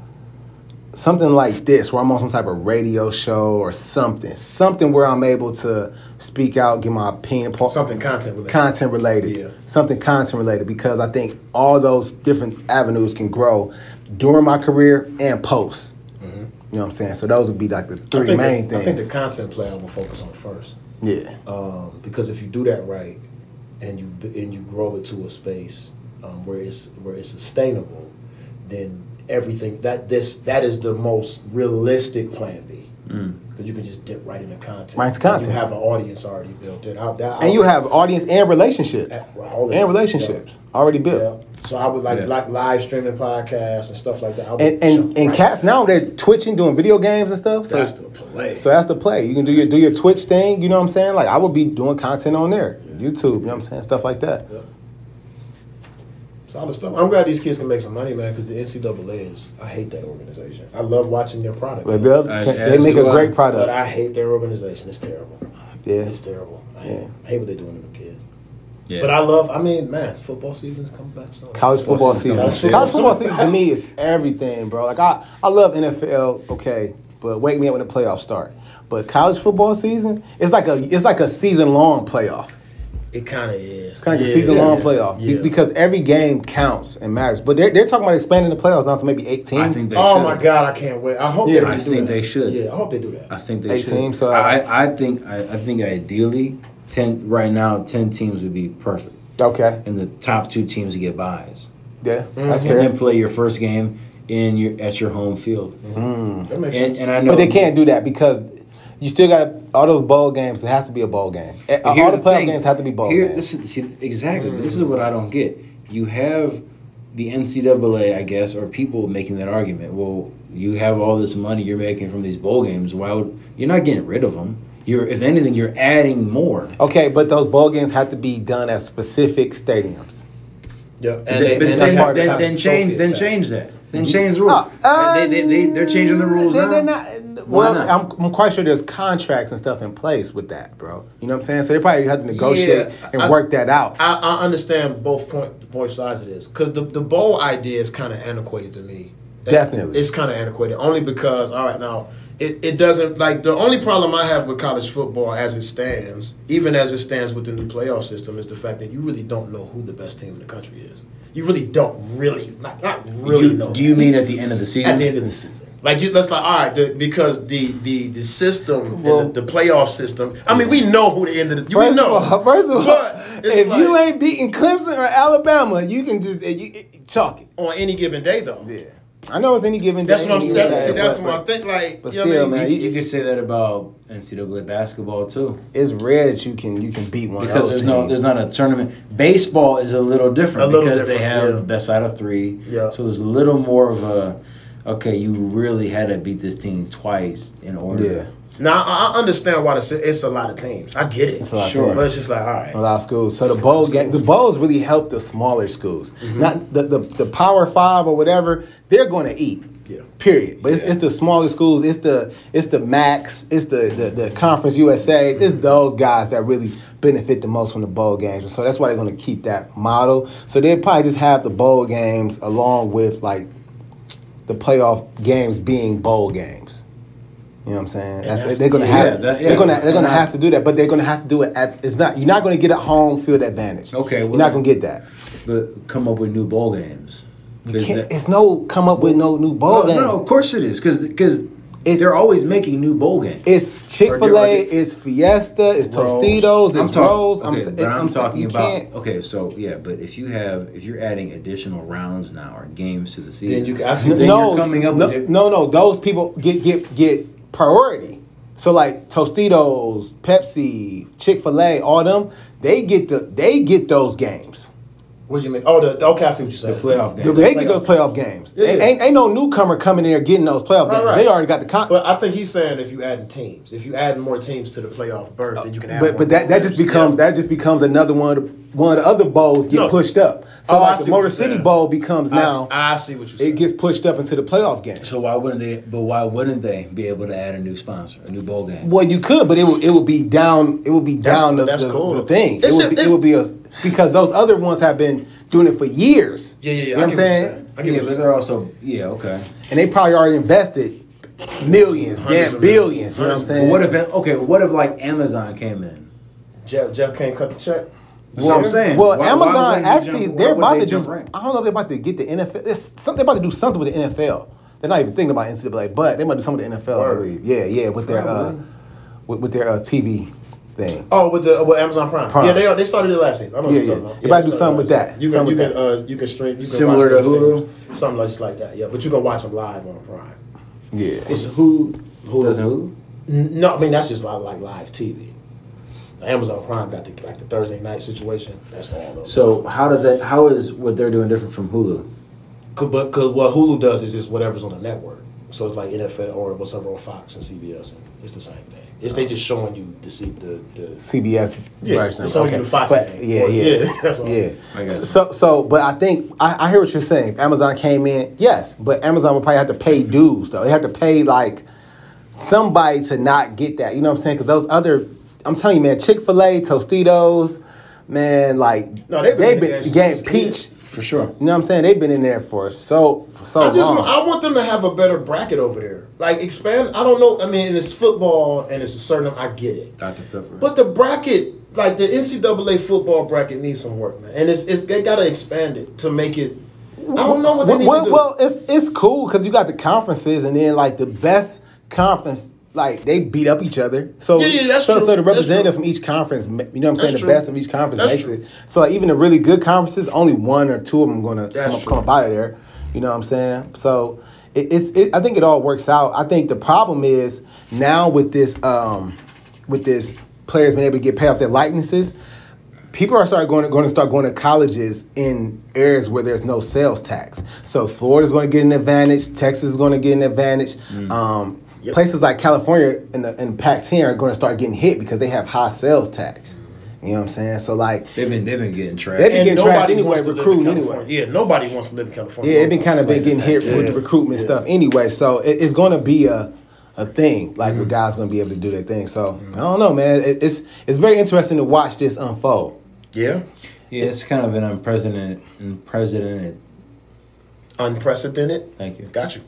A: something like this, where I'm on some type of radio show or something, something where I'm able to speak out, give my opinion, pa-
B: Something content related.
A: content related,
B: Yeah.
A: something content related, because I think all those different avenues can grow during my career and post. You know what I'm saying? So those would be like the
B: Mm-hmm. I
A: three
B: think
A: main
B: the, I think the
A: things.
B: content play I will focus on first.
A: yeah.
B: um, because if you do that right and you and you grow it to a space um, where it's where it's sustainable, then everything that this that is the most realistic plan B. Because because you can just dip right into content.
A: Mm. Right into
B: You
A: content.
B: have an audience already built in. I, that,
A: And you have audience and relationships.
B: Yeah, all of it.
A: And relationships already
B: yeah.
A: built.
B: So I would like
D: Yeah.
B: like live streaming podcasts and stuff like that. I would
A: And and,
B: jump
A: and
B: right
A: cats now they're twitching, doing video games and stuff. So
B: That's the play.
A: So that's the play. You can do your do your Twitch thing. You know what I'm saying? Like I would be doing content on there, YouTube. You know what I'm saying? Stuff like that.
B: Solid stuff. I'm glad these kids can make some money, man. Because the NCAA is, I hate that organization. I love watching their product,
A: But
B: man,
A: they'll-
D: As-
A: they
D: as
A: make a
D: do I.
A: great
B: but
A: product.
B: I hate their organization. It's terrible.
A: Yeah.
B: It's terrible. I hate,
A: Yeah.
B: I hate what they're doing to the kids.
D: Yeah.
B: But I love. I mean, man, football season's coming back soon.
A: College football season.
D: season.
A: College football season to me is everything, bro. Like I, I love NFL, okay, but wake me up when the playoffs start. But college football season, it's like a it's like a season long playoff.
B: It kind of is.
A: Kind of
B: Yeah,
A: a season long
B: yeah,
A: playoff Be-
B: yeah.
A: because every game counts and matters. But they're, they're talking about expanding the playoffs down to maybe eight teams.
D: I think they
B: oh
D: should.
B: my god, I can't wait. I hope
A: Yeah.
B: they
A: I
B: do
D: think
B: that.
D: they should.
B: Yeah, I hope they do that.
D: I think they
A: Eight
D: should.
A: teams, so
D: I,
A: I-
D: I, I think I, I think ideally ten right now ten teams would be perfect,
A: okay,
D: and the top two teams would get buys,
A: yeah, that's
D: Mm-hmm. and
A: fair.
D: then play your first game in your at your home field.
B: That makes
D: And,
B: sense.
D: and I know,
A: Mm-hmm. But they can't do that because you still got all those bowl games. It has to be a bowl game. A-
D: But
A: all
D: here's
A: the playoff
D: thing.
A: games have to be bowl
D: Here,
A: games. Mm.
D: this is see, exactly. But this is what I don't get. You have the NCAA, I guess, or people making that argument. Well, you have all this money you're making from these bowl games. Why would you're not getting rid of them? You're, if anything, you're adding more.
A: Okay, but those bowl games have to be done at specific stadiums.
B: yeah, and
D: But
B: they,
D: then,
B: and
A: that's
B: they
A: part
D: then, then,
A: of the
D: then change, then change that. Then change the rule.
A: Oh, uh, um,
D: they, they, they, they're changing the rules
A: they're-
D: now.
A: they're not- well,
D: not?
A: I'm, I'm quite sure there's contracts and stuff in place with that, bro. You know what I'm saying? So they probably have to negotiate
B: Yeah,
A: and
B: I-
A: work that out.
B: I, I understand both point both sides of this because the the bowl idea is kind of antiquated to me.
A: Definitely.
B: it's kind of antiquated only because all right now it, it doesn't like the only problem I have with college football as it stands, even as it stands with the new playoff system, is the fact that you really don't know who the best team in the country is. You really don't really like not really
D: You-
B: know
D: do you mean at the end of the season?
B: at the end of the season. Like you, that's like all right, the, because the the the system,
A: Well-
B: the, the playoff system. I mean, we know who the end of the we
A: First
B: know.
A: of all, first of all,
B: But it's
A: if you
B: like-
A: ain't beating Clemson or Alabama, you can just eh, you, you, chalk it.
B: on any given day though.
A: Yeah, I know it's any given day.
B: That's what I'm.
A: any
B: That,
A: given
B: see,
A: day,
B: that's
A: but-
B: what I think. Like,
A: but
B: you know what I
A: still,
B: mean?
A: man,
D: you, you could say that about NCAA basketball too,
A: It's rare that you can you can beat one
D: because
A: of those
D: there's
A: teams.
D: no there's not a tournament. Baseball is a little different
B: A little
D: because they
B: different,
D: have
B: yeah.
D: the best out of three.
B: Yeah.
D: So there's a little more of a okay. You really had to beat this team twice in order.
A: Yeah.
B: Now I I understand why it's, it's a lot of teams. I get it.
A: a lot of
B: sure,
A: teams.
B: but it's just like all
A: a
B: right.
A: lot of schools. So the bowl game, the bowls really help the smaller schools. Not the, the the Power Five or whatever. They're going to eat.
B: Yeah.
A: Period. But it's, it's the smaller schools. It's the it's the Max. It's the the, the Conference USA. It's those guys that really benefit the most from the bowl games. And so that's why they're going to keep that model. So they probably just have the bowl games along with like the playoff games being bowl games. You know what I'm saying? That's,
B: that's-
A: they're gonna
D: yeah,
A: have to.
D: that- yeah.
A: They're gonna they're
D: And
A: gonna
D: I-
A: have to do that, but they're gonna have to do it at. It's not. You're not gonna get a home field advantage.
D: Okay,
A: you're
D: well-
A: not gonna get that.
D: But come up with new bowl games.
A: You can't, it's no come up with no new bowl
D: no,
A: games.
D: no, of course it is because because
A: It's-
D: they're always making new bowl games.
A: It's Chick Fil
D: Or
A: A.
D: get- or get-
A: It's Fiesta. It's
B: Rolls.
A: Tostitos. It's
D: talk-
A: Rolls.
D: okay,
A: sa-
D: but I'm,
A: sa-
D: talking
A: you
D: about
A: can't-
D: okay. So yeah, but if you have if you're adding additional rounds now or games to the season,
B: Then you can- I see what
D: then
B: you're
A: no,
D: you're coming up
A: no,
D: with it.
A: no, no. Those people get get get priority. So like Tostitos, Pepsi, Chick Fil A, all them, they get the they get those games.
B: What do you mean? Oh, the, the okay. I see what you said.
D: the playoff game.
A: They get those playoff games.
B: Yeah, yeah.
A: Ain't, ain't no newcomer coming in there getting those playoff
B: Right,
A: games.
B: right.
A: They already got the con.
B: But I think he's saying if you adding teams, if you add more teams to the playoff berth, then you can add.
A: But
B: more
A: but that, that just
B: teams.
A: becomes that just becomes another one of the, one of the other bowls get
B: No.
A: pushed up. So
B: Oh, I
A: like the
B: see what
A: Motor
B: you're
A: City
B: saying.
A: Bowl becomes
B: I s-
A: now
B: I, see what you said.
A: it gets pushed up into the playoff game.
D: So why wouldn't they? But why wouldn't they be able to add a new sponsor, a new bowl game?
A: Well, you could, but it would it would be down it would be
B: That's-
A: down the,
B: that's
A: the,
B: cool.
A: the thing.
B: It's
A: it would
B: just-
A: be, it would be a because those other ones have been doing it for years.
B: yeah, yeah, yeah.
A: You know
B: I
A: what I'm
B: get what you're
A: saying?
B: saying. I get
D: Yeah,
B: what
D: but
B: you're
D: they're also yeah okay.
A: And they probably already invested
B: Hundreds
A: millions, damn
B: of millions.
A: billions. You know what I'm
B: Hundreds of
A: saying?
D: But what if okay? What if like Amazon came in?
B: Jeff Jeff can't cut the check.
D: That's what I'm
B: Yeah.
D: saying.
A: Well,
D: Why- why
A: Amazon
D: wouldn't they
A: actually
D: jump- why
A: they're
D: would
A: about
D: they
A: to do.
D: jump rank?
A: I don't know if they're about to get the NFL. It's something they're about to do something with the NFL. They're not even thinking about NCAA, but they might do something with the NFL. I
B: Word.
A: believe. Yeah, yeah, with their uh, with, with their uh, TV thing.
B: Oh, with the with Amazon Prime.
A: Prime.
B: Yeah, they they started it last season. I know what
A: Yeah,
B: you're talking
A: yeah.
B: about.
A: They about to
B: they
A: do
B: started
A: something with
B: last
A: that.
B: season. You can
A: Something
B: you
A: with
B: can uh, you can stream. You can
D: Similar
B: watch
D: to
B: them
D: Hulu?
B: seasons. Something like, like that. Yeah, but you can watch them live on Prime.
A: Yeah,
D: It's who who doesn't Hulu?
B: No, I mean that's just like, like live TV. Amazon Prime got the like the Thursday night situation. That's all. Though.
E: So how does that? How is what they're doing different from Hulu?
B: Cause, but cause what Hulu does is just whatever's on the network. So it's like NFL or whatever on Fox and CBS, and it's the same thing. It's they just showing you the C- the the.
A: CBS
B: Yeah,
A: version.
B: it's only
A: okay.
B: the Fox
A: but,
B: thing.
A: yeah,
B: Or-
A: yeah,
B: yeah, that's all.
A: yeah.
D: I got you.
A: So, so, but I think I, I hear what you're saying. If Amazon came in, yes, but Amazon would probably have to pay dues though. They have to pay like somebody to not get that. You know what I'm saying? Because those other, I'm telling you, man, Chick Fil A, Tostitos, man, like
B: No, they've been in the game since
A: getting
B: we was
A: peach.
D: for sure.
A: You know what I'm saying? They've been in there for so for so
B: I just
A: long.
B: want, I want them to have a better bracket over there. Like expand. I don't know. I mean, it's football and it's a certain. I get it.
D: Dr. Pepper.
B: But the bracket, like the NCAA football bracket, needs some work, man. And it's it's they gotta expand it to make it. I don't know what they
A: well,
B: need
A: well,
B: to do.
A: well, it's it's cool because you got the conferences and then like the best conference like they beat up each other so
B: Yeah, yeah, that's
A: so,
B: true.
A: so
B: That's
A: the
B: true.
A: representative from each conference ma- you know what i'm saying
B: That's
A: the
B: true.
A: best of each conference
B: That's
A: makes
B: true.
A: it so like, even the really good conferences only one or two of them gonna
B: That's
A: come, up-
B: true.
A: come up out of there you know what i'm saying so it, it's it, i think it all works out i think the problem is now with this um with this players being able to get paid off their likenesses people are start going to, going to start going to colleges in areas where there's no sales tax. So Florida's going to get an advantage. Texas is going to get an advantage.
B: Mm.
A: Um, Places like California and the and Pac-10 are going to start getting hit because they have high sales tax. You know what I'm saying? So like,
D: They've been they've been getting
A: They
D: trash.
A: be- getting
B: nobody
A: trashed anyway,
B: wants to live in
A: recruiting
B: California.
A: anyway.
B: Yeah, nobody wants to live in California.
A: yeah, it's been kind of been getting hit with the
B: Yeah.
A: recruitment stuff anyway. So it, it's going to be a a thing like
B: Mm-hmm.
A: where guys going to be able to do their thing. So I don't know, man. It, it's it's very interesting to watch this unfold.
B: yeah,
D: Yeah, it's kind of an unprecedented unprecedented
B: unprecedented.
D: thank you.
B: Got you.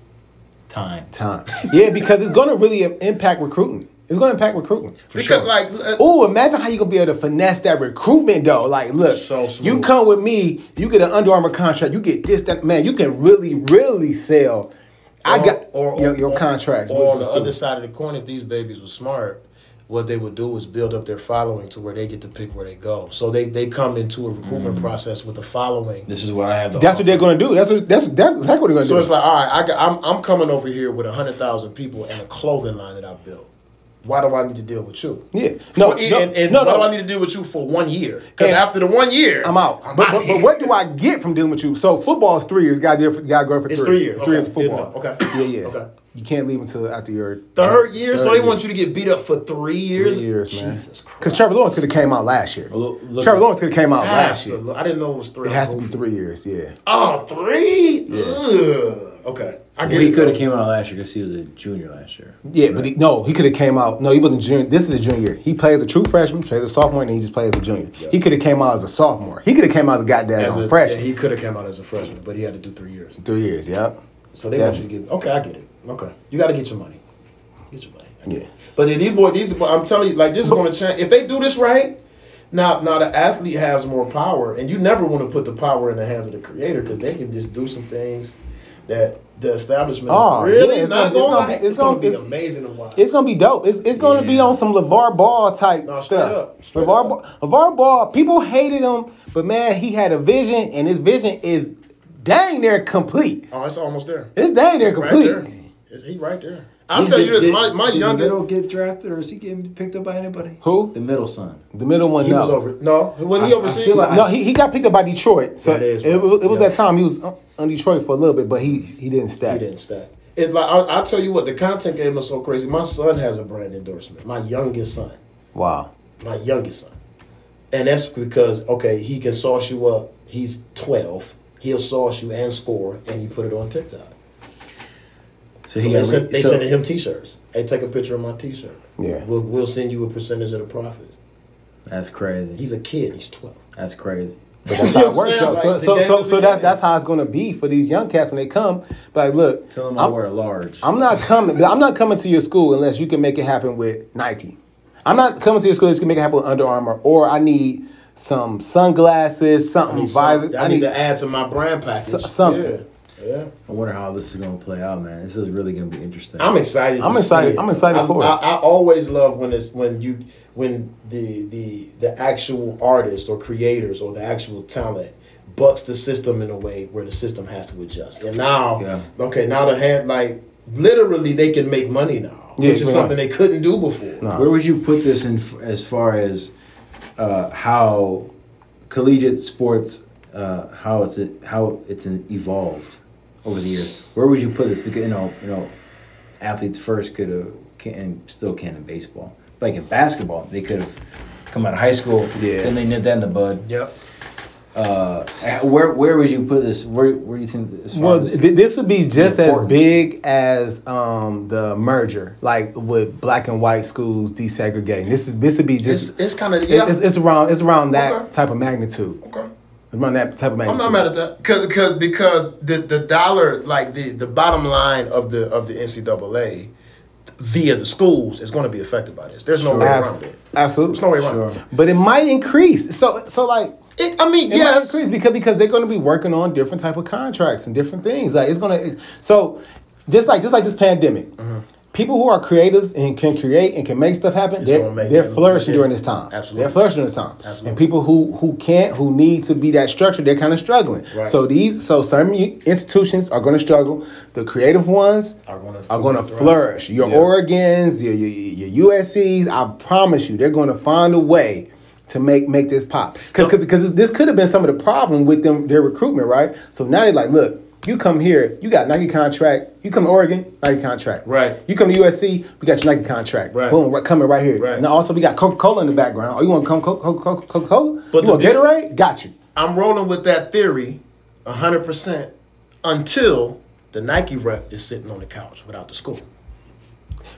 D: Time.
A: Time, yeah, because it's going to really impact recruiting. It's going to impact recruiting.
B: because like uh,
A: Ooh, imagine how you gonna be able to finesse that recruitment though. Like, look,
B: So smooth.
A: you come with me, you get an Under Armour contract, you get this, that man, you can really, really sell. I got
B: or, or-
A: your, your
B: or-
A: contracts.
B: Or
A: with
B: on the
A: Sue.
B: other side of the coin, if these babies were smart, what they would do is build up their following to where they get to pick where they go. So they they come into a recruitment
A: Mm.
B: process with a following.
D: This is what I have to
A: That's what
D: offer.
A: they're gonna do. That's what that's that's exactly what they're gonna
B: So
A: do.
B: it's like, all right, I got, I'm I'm coming over here with hundred thousand people and a clothing line that I built. Why do I need to deal with you?
A: yeah. No,
B: For- e- and,
A: no,
B: and
A: no,
B: why
A: no.
B: do I need to deal with you for one year? Because
A: And-
B: after the one year,
A: I'm out. but, but, but what do I get from dealing with you? So football is three years. Got to got to go for
B: It's
A: three.
B: three years.
A: It's three
B: Okay.
A: years of football.
B: Didn't know. Okay.
A: Yeah, yeah.
B: Okay.
A: You can't leave until after your
B: Third year, so
A: Third
B: they
A: year.
B: want you to get beat up for three years.
A: Three years, man.
B: Jesus Christ.
A: Because Trevor Lawrence could have came out last year.
D: Look- look-
A: Trevor Lawrence could have came out last year.
B: Absolutely. I didn't know it was three.
A: It has to be three years. Yeah.
B: Oh, three? Ugh. Okay. I get
D: Well, he
B: it.
D: could have came out last year because he was a junior last year.
A: Yeah, but he, no, he could have came out. No, he wasn't junior. This is a junior. He plays a true freshman, plays a sophomore, and then he just plays a junior. He could have came out as a sophomore. He could have came out as a goddamn
B: as a,
A: freshman.
B: Yeah, he could have came out as a freshman, but he had to do three years.
A: Three years. Yep.
B: So they want you to get. Okay, I get it. Okay, you got to get your money. Get your money. I get it. But then these boy, these boy, I'm telling you, like this is going to change. If they do this right, now now the athlete has more power, and you never want to put the power in the hands of the creator because they can just do some things that the establishment
A: Oh,
B: is really
A: yeah, it's
B: not
A: gonna- it's
B: going.
A: gonna be-
B: It's,
A: it's
B: going
A: gonna-
B: to be
A: it's-
B: amazing to watch.
A: It's gonna be dope. It's it's gonna be on some LeVar Ball type
B: No, straight
A: stuff.
B: up, straight
A: LeVar,
B: up.
A: Ball, LeVar Ball. People hated him, but man, he had a vision, and his vision is dang near complete.
B: oh, it's almost there.
A: It's dang near
B: Right
A: complete.
B: there. Is he right there? I'll tell you this. my my
D: the
B: youngest.
D: middle get drafted or is he getting picked up by anybody?
A: Who?
D: The middle son.
A: The middle one.
B: He
A: no.
B: was over. No, was he
D: I- I
B: overseas?
D: feel like-
A: No, he, he got picked up by Detroit. So
B: That is
A: it,
B: right.
A: was- it was
B: Yeah.
A: that time he was on on Detroit for a little bit, but he he didn't stack.
B: He didn't stack. It like I, I tell you what, the content game is so crazy. My son has a brand endorsement. My youngest son,
A: Wow.
B: my youngest son, and that's because okay, he can sauce you up. He's twelve. He'll sauce you and score, and he put it on TikTok.
D: So
B: So
D: he
B: they
D: got
B: sent,
D: re-
B: they
D: so,
B: sending him T-shirts. Hey, take a picture of my T-shirt.
A: Yeah.
B: we'll, we'll send you a percentage of the profits.
D: That's crazy.
B: He's a kid. He's twelve.
D: That's crazy.
A: But that's how it works.
B: You know
A: though.
B: what I'm saying?
A: So, so,
B: Like,
A: so,
B: the
A: so
B: game
A: that's
B: is-
A: that's how it's gonna be for these young cats when they come. Like, look,
D: Tell him I
A: I'm,
D: wear a large.
A: I'm not coming. I'm not coming to your school unless you can make it happen with Nike. I'm not coming to your school unless you can make it happen with Under Armour, or I need some sunglasses, something visor.
B: I need to add to my brand package.
A: s- something.
B: Yeah. yeah.
D: I wonder how this is gonna play out, man. This is really gonna be interesting.
B: I'm excited. to
A: I'm excited-
B: see it.
A: I'm excited
B: I,
A: for it.
B: I, I always love when it's when you when the the the actual artist or creators or the actual talent bucks the system in a way where the system has to adjust. And now,
D: Yeah.
B: okay, now the hand like literally they can make money now.
D: bro.
A: Yeah,
B: which is
A: yeah.
B: something they couldn't do before.
D: No.
A: Uh,
E: Where would you put this in f- as far as uh, how collegiate sports uh, how it's how it's an- evolved over the years? Where would you put this? Because you know you know athletes first could have can and still can in baseball. Like in basketball, they could have come out of high school,
A: Yeah.
E: and they nip that in the bud.
B: Yep.
E: Uh, where where would you put this? Where where do you think? As far
A: Well,
E: as,
A: th- this would be just as
E: importance.
A: big as um, the merger, like with black and white schools desegregating. This is this would be
B: It's
A: just
B: it's kind of
A: it's,
B: yeah.
A: it's, it's around it's around that
B: Okay.
A: type of magnitude.
B: okay.
A: Around that type of
B: I'm
A: magnitude.
B: not mad at that because because because the the dollar like the the bottom line of the of the NCAA via the schools is going to be affected by this. There's no way around
A: Abs-
B: it.
A: absolutely.
B: There's no way around it.
A: But it might increase. So so like
B: it. I mean,
A: it might
B: yes,
A: increase because because they're going to be working on different type of contracts and different things. Like it's going to so just like just like this pandemic.
B: Mm-hmm.
A: People who are creatives and can create and can make stuff happen, they're,
B: gonna make
A: they're
B: it.
A: flourishing
B: Yeah.
A: during this time.
B: Absolutely.
A: They're flourishing during this time.
B: Absolutely.
A: And people who who can't, who need to be that structure, they're kind of struggling.
B: Right.
A: So these, so certain u- institutions are going to struggle. The creative ones
B: Are gonna-
A: are going to
B: thrive.
A: flourish. Your Oregon's, your, your your USC's, I promise you, they're going to find a way to make make this pop. Because because this could have been some of the problem with them their recruitment, right? So now they're like, look. You come here, you got Nike contract. You come to Oregon, Nike contract.
B: Right.
A: You come to USC, we got your Nike contract.
B: Right.
A: Boom, right, coming right here.
B: Right.
A: And also, we got Coca Cola in the background. Oh, you want Coca Cola? Coca Cola?
B: But
A: you
B: the
A: want
B: big-
A: Gatorade? Got you.
B: I'm rolling with that theory, hundred percent, until the Nike rep is sitting on the couch without the school.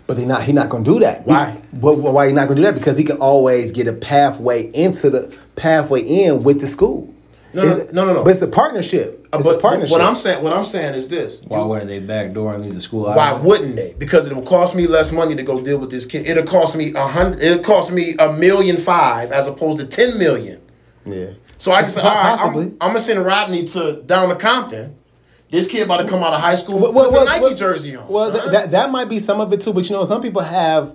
A: But they not he not gonna do that.
B: Why?
A: Be- But but why he not gonna do that? Because he can always get a pathway into the pathway in with the school.
B: No, no,
A: It's-
B: no, no, no.
A: But it's a partnership.
B: Uh,
A: It's
B: but
A: a partnership.
B: What I'm saying, what I'm saying is this:
D: Why wouldn't they backdoor and leave the school out?
B: Why
D: of it?
B: wouldn't they? Because it'll cost me less money to go deal with this kid. It'll cost me a hundred. It'll cost me a million five as opposed to ten million.
A: yeah.
B: So I can say, all right, I'm,
A: Possibly.
B: I'm gonna send Rodney to down to Compton. This kid about to come out of high school with the Nike jersey on.
A: Well,
B: son.
A: th- that that might be some of it too. But you know, some people have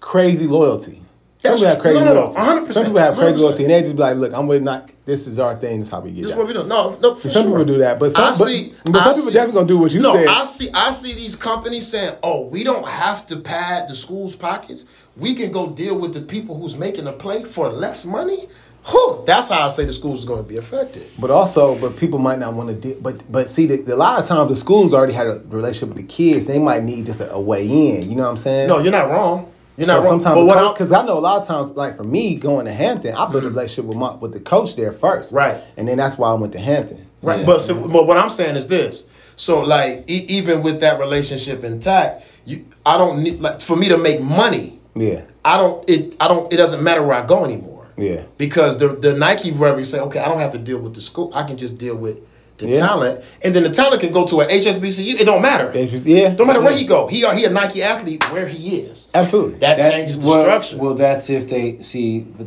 A: crazy loyalty. Some
B: That's
A: people have
B: true.
A: crazy
B: No, no, no.
A: loyalty.
B: 100%,
A: Some people have crazy
B: 100%.
A: loyalty, and they just be like, "Look, I'm with not. This is our thing. This is how we get."
B: This is
A: down.
B: what we do. No, no, for
A: Some
B: sure.
A: people do that, but some-
B: I
A: but-
B: see,
A: but some
B: I
A: people
B: see-
A: definitely gonna do what you
B: no,
A: said.
B: I see. I see these companies saying, "Oh, we don't have to pad the school's pockets. We can go deal with the people who's making the play for less money." Whew, that's how I say the schools is going to be affected.
A: But also, but people might not want to. Di- but but see, the, a lot of times the schools already had a relationship with the kids. They might need just a, a way in. You know what I'm saying?
B: No, you're not wrong. You're
A: so
B: not wrong.
A: sometimes
B: but what I'm-
A: because I know a lot of times, like for me going to Hampton, I built a relationship with my with the coach there first,
B: Right.
A: And then that's why I went to Hampton.
B: Right.
D: Yeah.
B: But so, but what I'm saying is this. So like e- even with that relationship intact, you I don't need like for me to make money.
A: Yeah.
B: I don't it I don't it doesn't matter where I go anymore.
A: Yeah.
B: Because the the Nike rep say, okay, I don't have to deal with the school. I can just deal with the
A: Yeah.
B: talent, and then the talent can go to a HSBCU. It don't matter.
A: Yeah.
B: Don't matter where he go. He he a Nike athlete where he is.
A: Absolutely.
B: That,
D: That-
B: changes the
D: well,
B: structure.
D: Well, that's if they see. But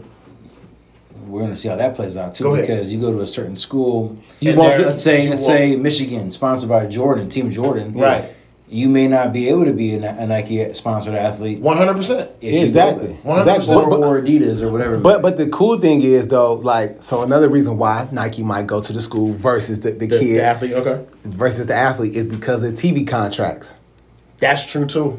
D: we're gonna see how that plays out too,
B: Go ahead.
D: because you go to a certain school.
A: You
D: and
A: won't
D: they're-
A: get-
D: let's say
B: you
D: let's
B: won't-
D: say Michigan, sponsored by Jordan, Team Jordan.
B: Right.
D: You may not be able to be a, Ni- a Nike sponsored athlete.
B: One hundred percent.
D: if you go
A: exactly.
D: there.
A: Exactly.
B: 100%.
D: Or,
A: But- but-
D: or Adidas or whatever.
A: But but the cool thing is though, like so another reason why Nike might go to the school versus the, the, kid
B: athlete. Okay.
A: versus the athlete is because of TV contracts.
B: That's true too.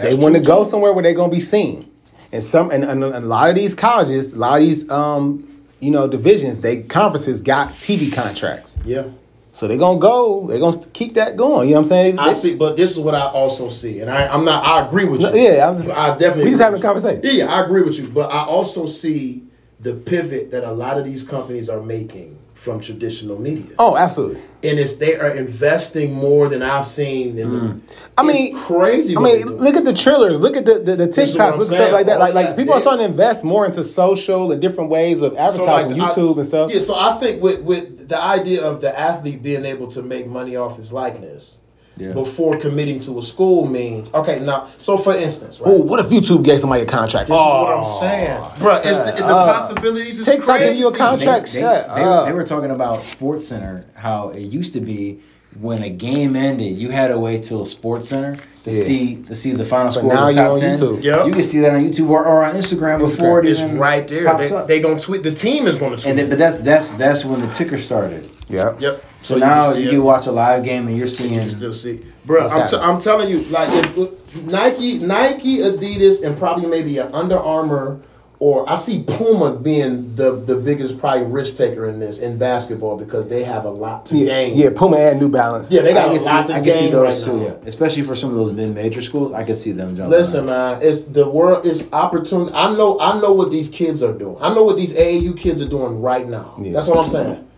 A: they want to go somewhere where they're gonna be seen. And some and, and a lot of these colleges, a lot of these um, you know, divisions, they conferences got TV contracts.
B: Yeah.
A: So they're gonna go, they're gonna keep that going. You know what I'm saying?
B: I see, but this is what I also see, and I, I'm not. I agree with you.
A: No, yeah, I'm just-
B: I definitely.
A: we just
B: agree
A: having
B: with
A: a conversation.
B: you. Yeah, yeah, I agree with you, but I also see the pivot that a lot of these companies are making from traditional media,
A: Oh, absolutely.
B: and it's they are investing more than I've seen. In the,
A: Mm. I
B: It's
A: mean,
B: crazy
A: I
B: what
A: mean,
B: they do.
A: look at the trailers, look at the the, the
B: is what I'm
A: TikToks, look at stuff
B: saying.
A: like that.
B: Oh,
A: Like like
B: yeah,
A: people are
B: yeah.
A: starting to invest more into social and different ways of advertising,
B: I-
A: YouTube and stuff.
B: Yeah, so I think with with the idea of the athlete being able to make money off his likeness
D: Yeah.
B: before committing to a school means okay. Now, so for instance, right?
A: Oh, what if YouTube gave somebody a contract? Oh.
B: This is what I'm saying, bro. It's the, the possibilities is
A: TikTok
B: crazy.
A: give you a
D: they,
A: contract.
D: they,
A: shut
D: they-
A: up.
D: they were talking about Sports Center, how it used to be when a game ended, you had to wait till Sports Center to
A: Yeah.
D: see to see the final score.
A: now
D: of the
A: you're
D: top
A: on
D: 10.
A: YouTube.
B: Yep.
D: You can see that on YouTube or, or on Instagram before it
B: It's
D: even
B: right there.
D: pops
B: They,
D: up.
B: they gonna tweet. The team is gonna tweet.
D: and then, but that's that's that's when the ticker started.
A: yeah.
B: yep.
D: So, now
B: can see
D: you
B: it.
D: can watch a live game and you're seeing
B: You can still see. Bro,
A: What's
B: I'm, t-
A: happening?
B: I'm telling you, like if Nike, Nike, Adidas, and probably maybe an Under Armour, or I see Puma being the the biggest probably risk taker in this in basketball because they have a lot to
A: Yeah,
B: gain.
A: yeah, Puma and New Balance.
B: yeah, they
E: I
B: got a
E: can see-
B: lot to
E: I can see
B: gain right
E: those
B: now.
E: too, especially for some of those mid-major schools. I could see them jumping.
B: Listen, man, it's the world. It's opportunity. I know. I know what these kids are doing. I know what these AAU kids are doing right now. That's what I'm saying.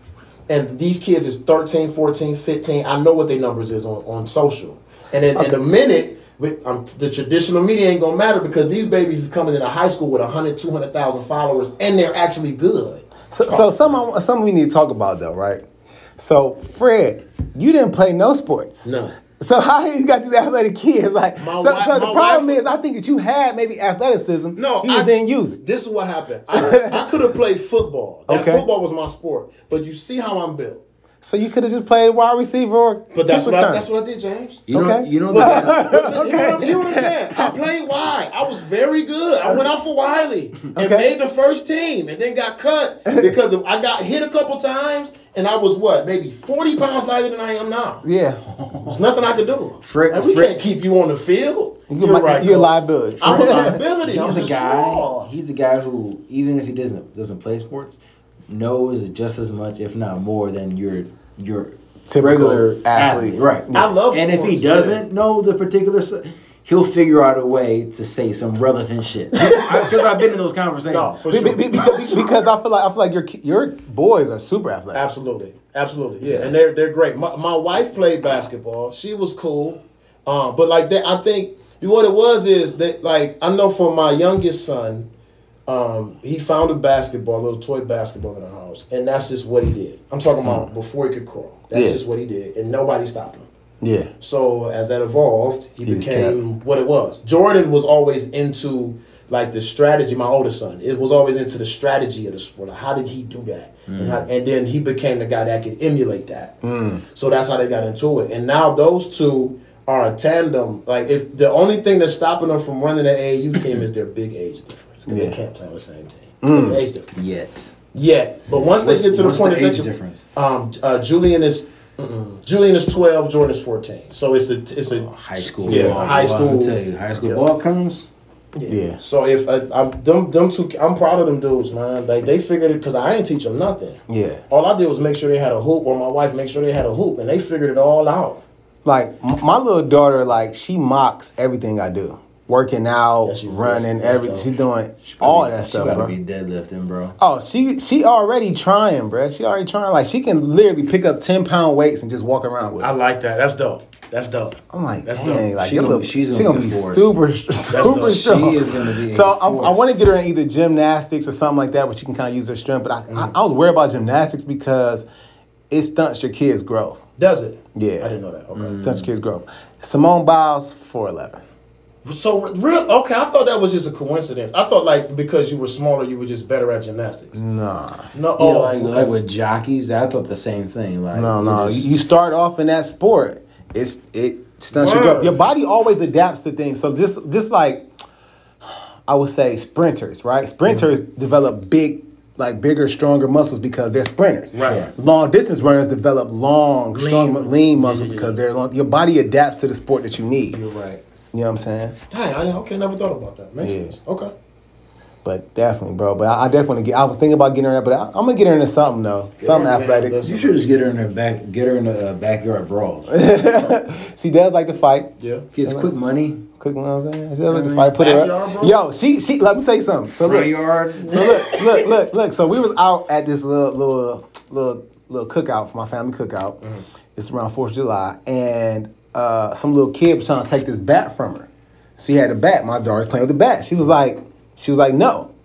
B: And these kids is 13, 14, 15. I know what their numbers is on, on social. And in, in a minute, with, um, the traditional media ain't gonna matter because these babies is coming into high school with 100, 200,000 followers, and they're actually good.
A: So, so some I- something we need to talk about though, right? So Fred, you didn't play no sports.
B: None.
A: So how you got these athletic kids? Like,
B: My
A: so,
B: wi-
A: so
B: my
A: the problem
B: wife-
A: is, I think that you had maybe athleticism.
B: No,
A: you just
B: I-
A: didn't use it.
B: This is what happened. I, I could have played football. That
A: Okay.
B: football was my sport. But you see how I'm built.
A: So you could have just played wide receiver or
B: But that's
A: kick
B: what I,
A: return.
B: that's what I did, James.
E: you know,
A: okay.
E: you know the
B: You know what I'm- You know what I'm saying? I played wide. I was very good. I went out for Wiley and
A: Okay.
B: made the first team, and then got cut because of- I got hit a couple times, and I was what maybe 40 pounds lighter than I am now.
A: yeah,
B: There's nothing I could do.
E: Frick-
B: Like, we
E: frick-
B: can't keep you on the field.
A: you're, my, you're a
B: coach.
A: liability.
B: I'm a liability. I'm
E: he's
B: just
E: the guy.
B: small.
E: He's the guy who, even if he doesn't doesn't play sports, knows just as much, if not more, than your your
A: Typical
E: regular
A: athlete.
E: athlete. Right.
B: I love
E: And if he
B: sports, yeah.
E: doesn't know the particular, s- he'll figure out a way to say some relevant shit. Because I've been in those conversations.
B: No, for
A: Be-
B: sure.
A: be- be- because, because I feel like I feel like your ki- your boys are super athletic.
B: Absolutely, absolutely, yeah. And they're they're great. My, my wife played basketball. She was cool, um, but like that, I think what it was is that like I know for my youngest son, um, he found a basketball, a little toy basketball in the house, and that's just what he did. I'm talking about before he could crawl. That's
A: Yeah.
B: just what he did, and nobody stopped him.
A: Yeah,
B: So as that evolved, he,
A: He was
B: became what it was. Jordan was always into like the strategy. My oldest son, it was always into the strategy of the sport. Like, how did he do that?
A: Mm.
B: And, how, and then he became the guy that could emulate that. So that's how they got into it. And now those two are a tandem. Like if the only thing that's stopping them from running the AAU team is their big age difference, 'cause
A: Yeah. Mm.
B: they can't play on the same team. It's an age difference.
E: Yet.
B: Yeah, but once
E: What's-
B: they get to the
E: what's
B: point
E: the
B: of
E: age
B: that-
E: difference?
B: um, uh, Julian is mm-mm. Julian is twelve, Jordan is fourteen. So it's a it's a
E: Oh, High school.
B: Yeah,
E: ball.
B: high
E: Well, I'll
B: school.
E: tell you, high school ball comes.
A: yeah.
B: So if I, I'm them them two, I'm proud of them dudes, man. Like they figured it because I ain't teach them nothing.
A: Yeah.
B: All I did was make sure they had a hoop, or my wife make sure they had a hoop, and they figured it all out.
A: Like m- my little daughter, like she mocks everything I do, working out,
B: Yeah, she-
A: running,
B: that's
A: everything.
B: dope.
A: She's doing all that
E: She
A: stuff,
E: about
A: bro.
E: to be deadlifting, bro.
A: Oh, she she already trying, bruh. She already trying. Like she can literally pick up ten pound weights and just walk around with. It.
B: like that. That's dope. That's dope.
A: I'm like,
B: That's
A: dang,
B: dope.
A: like
E: She
A: your
E: gonna-
A: little-
E: she's
A: she
E: gonna
A: gonna
E: be
A: be
E: a force.
A: super super
B: dope. She
A: strong.
E: is gonna be a
A: So I, I
E: force.
A: want to get her in either gymnastics or something like that, but you can kind of use her strength. But I, I I was worried about gymnastics because it stunts your kids' growth.
B: Does it? I
A: Yeah.
B: didn't know that. Okay.
E: Mm.
A: Stunts your kids' growth. Simone Biles, four eleven.
B: So real okay, I thought that was just a coincidence. I thought like because you were smaller, you were just better at gymnastics.
A: Nah,
B: No,
E: Yeah,
B: oh,
E: like,
B: okay.
E: like with jockeys, I thought the same thing. Like
A: no,
E: you
A: no.
E: just-
A: You you start off in that sport, it's it stunts your growth.
B: Word.
A: Your body always adapts to things. So just just like I would say sprinters, right? Sprinters develop big, like bigger, stronger muscles because they're sprinters.
B: Right.
A: Long distance runners develop long, strong, lean muscles because they're long. Your body adapts to the sport that you need.
B: You're
A: You
B: right.
A: know what I'm saying?
B: Dang, I didn't, okay, never thought about that. Makes sense. Okay.
A: But definitely, bro. But I, I definitely get. I was thinking about getting her, in that, but I, I'm gonna get her into something though. something
B: man,
A: athletic.
B: listen.
E: You should just get her in her back, get her in the uh, backyard brawls.
A: She does like to fight.
B: Yeah.
E: Gets quick money.
A: Click what I'm saying. She does like to fight. Put her
B: Backyard,
A: up.
B: bro?
A: Yo, she she. Let me tell you something. So
E: Front
A: look,
E: yard.
A: So look, look, look, look. So we was out at this little little little little cookout for my family cookout.
B: Mm-hmm.
A: It's around Fourth of July, and uh, some little kid was trying to take this bat from her. She had a bat. My daughter's playing with the bat. She was like, she was like, no.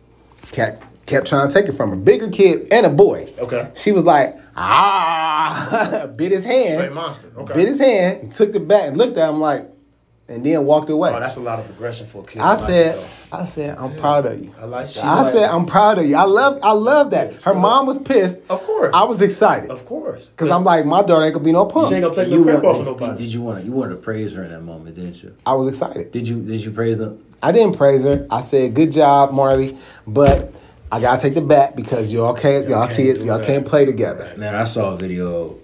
A: Kept kept trying to take it from her. Bigger kid and a boy.
B: Okay.
A: She was like, ah, bit his hand.
B: Straight monster. Okay.
A: Bit his hand, took the bat and looked at him like, and then walked away.
B: Oh, that's a lot of aggression for a kid.
A: I
B: like
A: said,
B: it,
A: I said, I'm proud of you.
B: though. I like that.
A: I said, I'm proud of you. I love, I love that. Her mom was pissed.
B: Of course.
A: I was excited
B: of course.
A: because I'm like, my daughter ain't gonna be no
B: She ain't gonna
A: punk.
B: take
E: You
B: no crap
E: want-
B: off of
E: did, did,
B: nobody.
E: you want to, you wanted to praise her in that moment, didn't you?
A: I was excited.
E: Did you did you praise them?
A: I didn't praise her. I said, good job, Marley, but I gotta take the bat because y'all can't, y'all,
B: can't
A: kids,
B: do
A: y'all
B: that.
A: can't play together.
E: Man, I saw a video.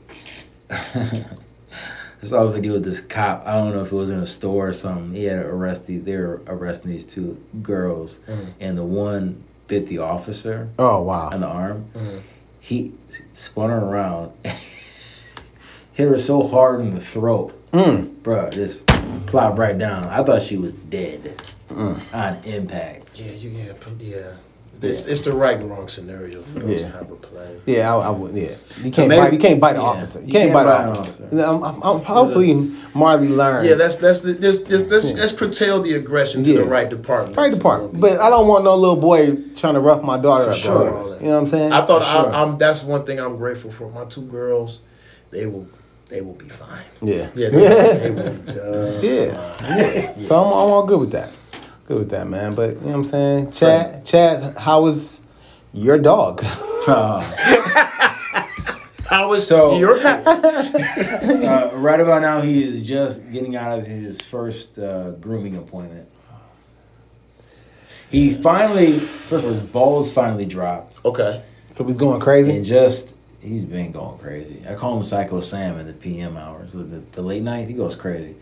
D: This all we deal with this cop. I don't know if it was in a store or something. He had arrested. They were arresting these two girls, and the one bit the officer
A: Oh wow.
D: on the arm. He s- spun her around, hit her so hard in the throat, bro, just plopped right down. I thought she was dead on impact.
B: Yeah, you, yeah, pl- yeah. It's, it's the right and wrong scenario for those
A: Yeah.
B: type of play.
A: Yeah, I, I would. Yeah, you can't
D: maybe-
A: bite. You can't bite an
D: yeah.
A: officer. You, can't, bite an officer. No, I'm, I'm, I'm- hopefully, Marley learns.
B: Yeah, that's that's the, this, this, this, let's curtail the aggression to
A: Yeah.
B: the right department.
A: right department. But I don't want no little boy trying to rough my daughter up.
B: sure.
A: Bro. You know what I'm saying?
B: I thought
A: For sure.
B: I, I'm. That's one thing I'm grateful for. My two girls, they will, they will be fine.
A: Yeah.
B: Yeah, they, they will be just.
A: Yeah. yeah. So I'm, I'm all good with that. Good with that, man. But you know what I'm saying? Chad, Chad, how was your dog?
D: Uh,
B: How is
D: So-
B: your
D: uh, right about now, he is just getting out of his first uh, grooming appointment. He finally, first of all, his balls finally dropped,
B: okay?
A: so he's going crazy.
D: and just he's been going crazy. I call him Psycho Sam in the PM hours, the, the, the late night. He goes crazy.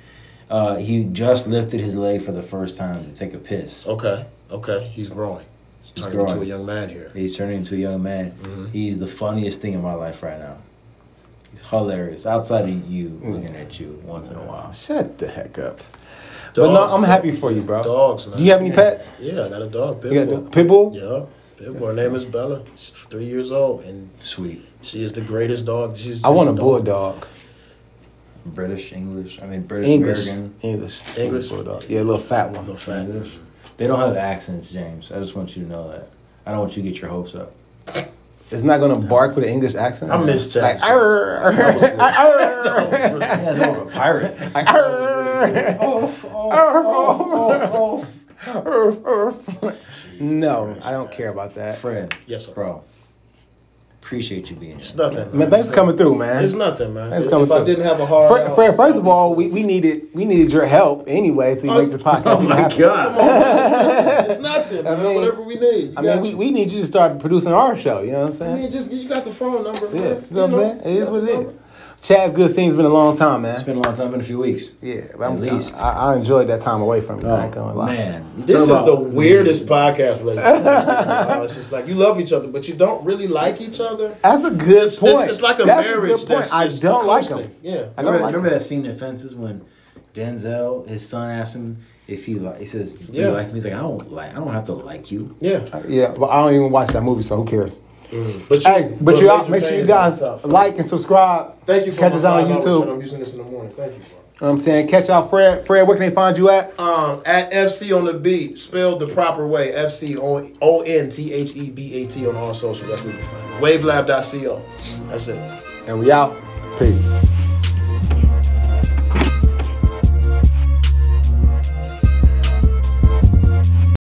D: Uh, he just lifted his leg for the first time to take a piss.
B: Okay, okay, he's growing. He's turning into a
D: growing.
B: young man here.
D: He's turning into a young man. He's the funniest thing in my life right now. He's hilarious. Outside of you looking at you once in a while.
A: Shut the heck up. but
B: Dogs,
A: no, I'm
B: man.
A: happy for you, bro.
B: Dogs, man.
A: Do you have any pets?
B: Yeah, I got a dog.
A: You
B: Pitbull.
A: got the pitbull?
B: Yeah, Pitbull. Her name is Bella. She's three years old, and
D: Sweet.
B: she is the greatest dog. She's
A: I want a
B: she's
A: bulldog.
D: British, English. I mean, British
A: English.
D: American.
A: English.
B: English?
A: bulldog. Yeah, a little fat one.
B: Little fat.
D: English. They don't have accents, James. I just want you to know that. I don't want you to get your hopes up.
A: It's not gonna bark with an English accent.
B: I miss Chad.
A: Like, "Arr, arr,
B: That was good.
A: arr, arr,
D: He has more of a pirate.
A: like, "Arr, arr, arf, arf." No, I don't care about that.
D: Fred.
B: Yes, sir.
D: Bro. Appreciate you being
B: It's
D: here.
B: nothing.
A: Man,
B: Man.
A: thanks for coming through, man.
B: It's nothing, man.
A: Thanks
B: If
A: for coming
B: I
A: through.
B: didn't have a hard
A: Fred,
B: out-
A: Fred, first of all, we, we needed we needed your help anyway, so you
B: Oh,
A: make this podcast even happen.
E: God.
B: it's nothing, man.
A: mean-
B: Whatever we need. You
A: I mean, we, we need you to start producing our show. You know what I'm saying?
B: just you got the phone number.
A: Yeah,
B: man.
A: you know what I'm saying? It
B: you
A: is
B: got
A: what
B: the
A: it
B: number.
A: is. Chad's good scene's been a long time, man.
D: It's been a long time, been a few weeks.
A: Yeah, but I'm,
D: At least. Oh,
A: I, I enjoyed that time away from you. I ain't gonna lie.
D: Man.
B: This is
E: Talk
B: the
E: about-
B: weirdest podcast relationship. it's just like you love each other, but you don't really like each other.
A: That's a good
B: It's-
A: point.
B: it's like a
A: That's
B: marriage
A: A good point.
B: that's
A: I
B: just
A: don't like him.
B: coasting. Yeah.
A: I
D: Remember,
A: don't like
D: remember
A: him.
D: that scene in Fences when Denzel, his son asked him if he like he says, Do
B: Yeah.
D: you like me? He's like, I don't like I don't have to like you.
B: Yeah,
A: Yeah, but I don't even watch that movie, so who cares?
B: but you,
A: Hey, but you
B: Major
A: out. Make sure you
B: Payne's
A: guys
B: on top.
A: like and subscribe.
B: Thank you for
A: catch
B: my
A: us out on
B: five hour return.
A: YouTube.
B: I'm using this in the morning. Thank you. For
A: You know what I'm saying, catch out Fred. Fred, where can they find you at?
B: um, at FC on the beat, spelled the proper way. FC O O N T H E B A T on all socials. That's where you can find it. Wavelab.co. That's it.
A: And we out. Peace.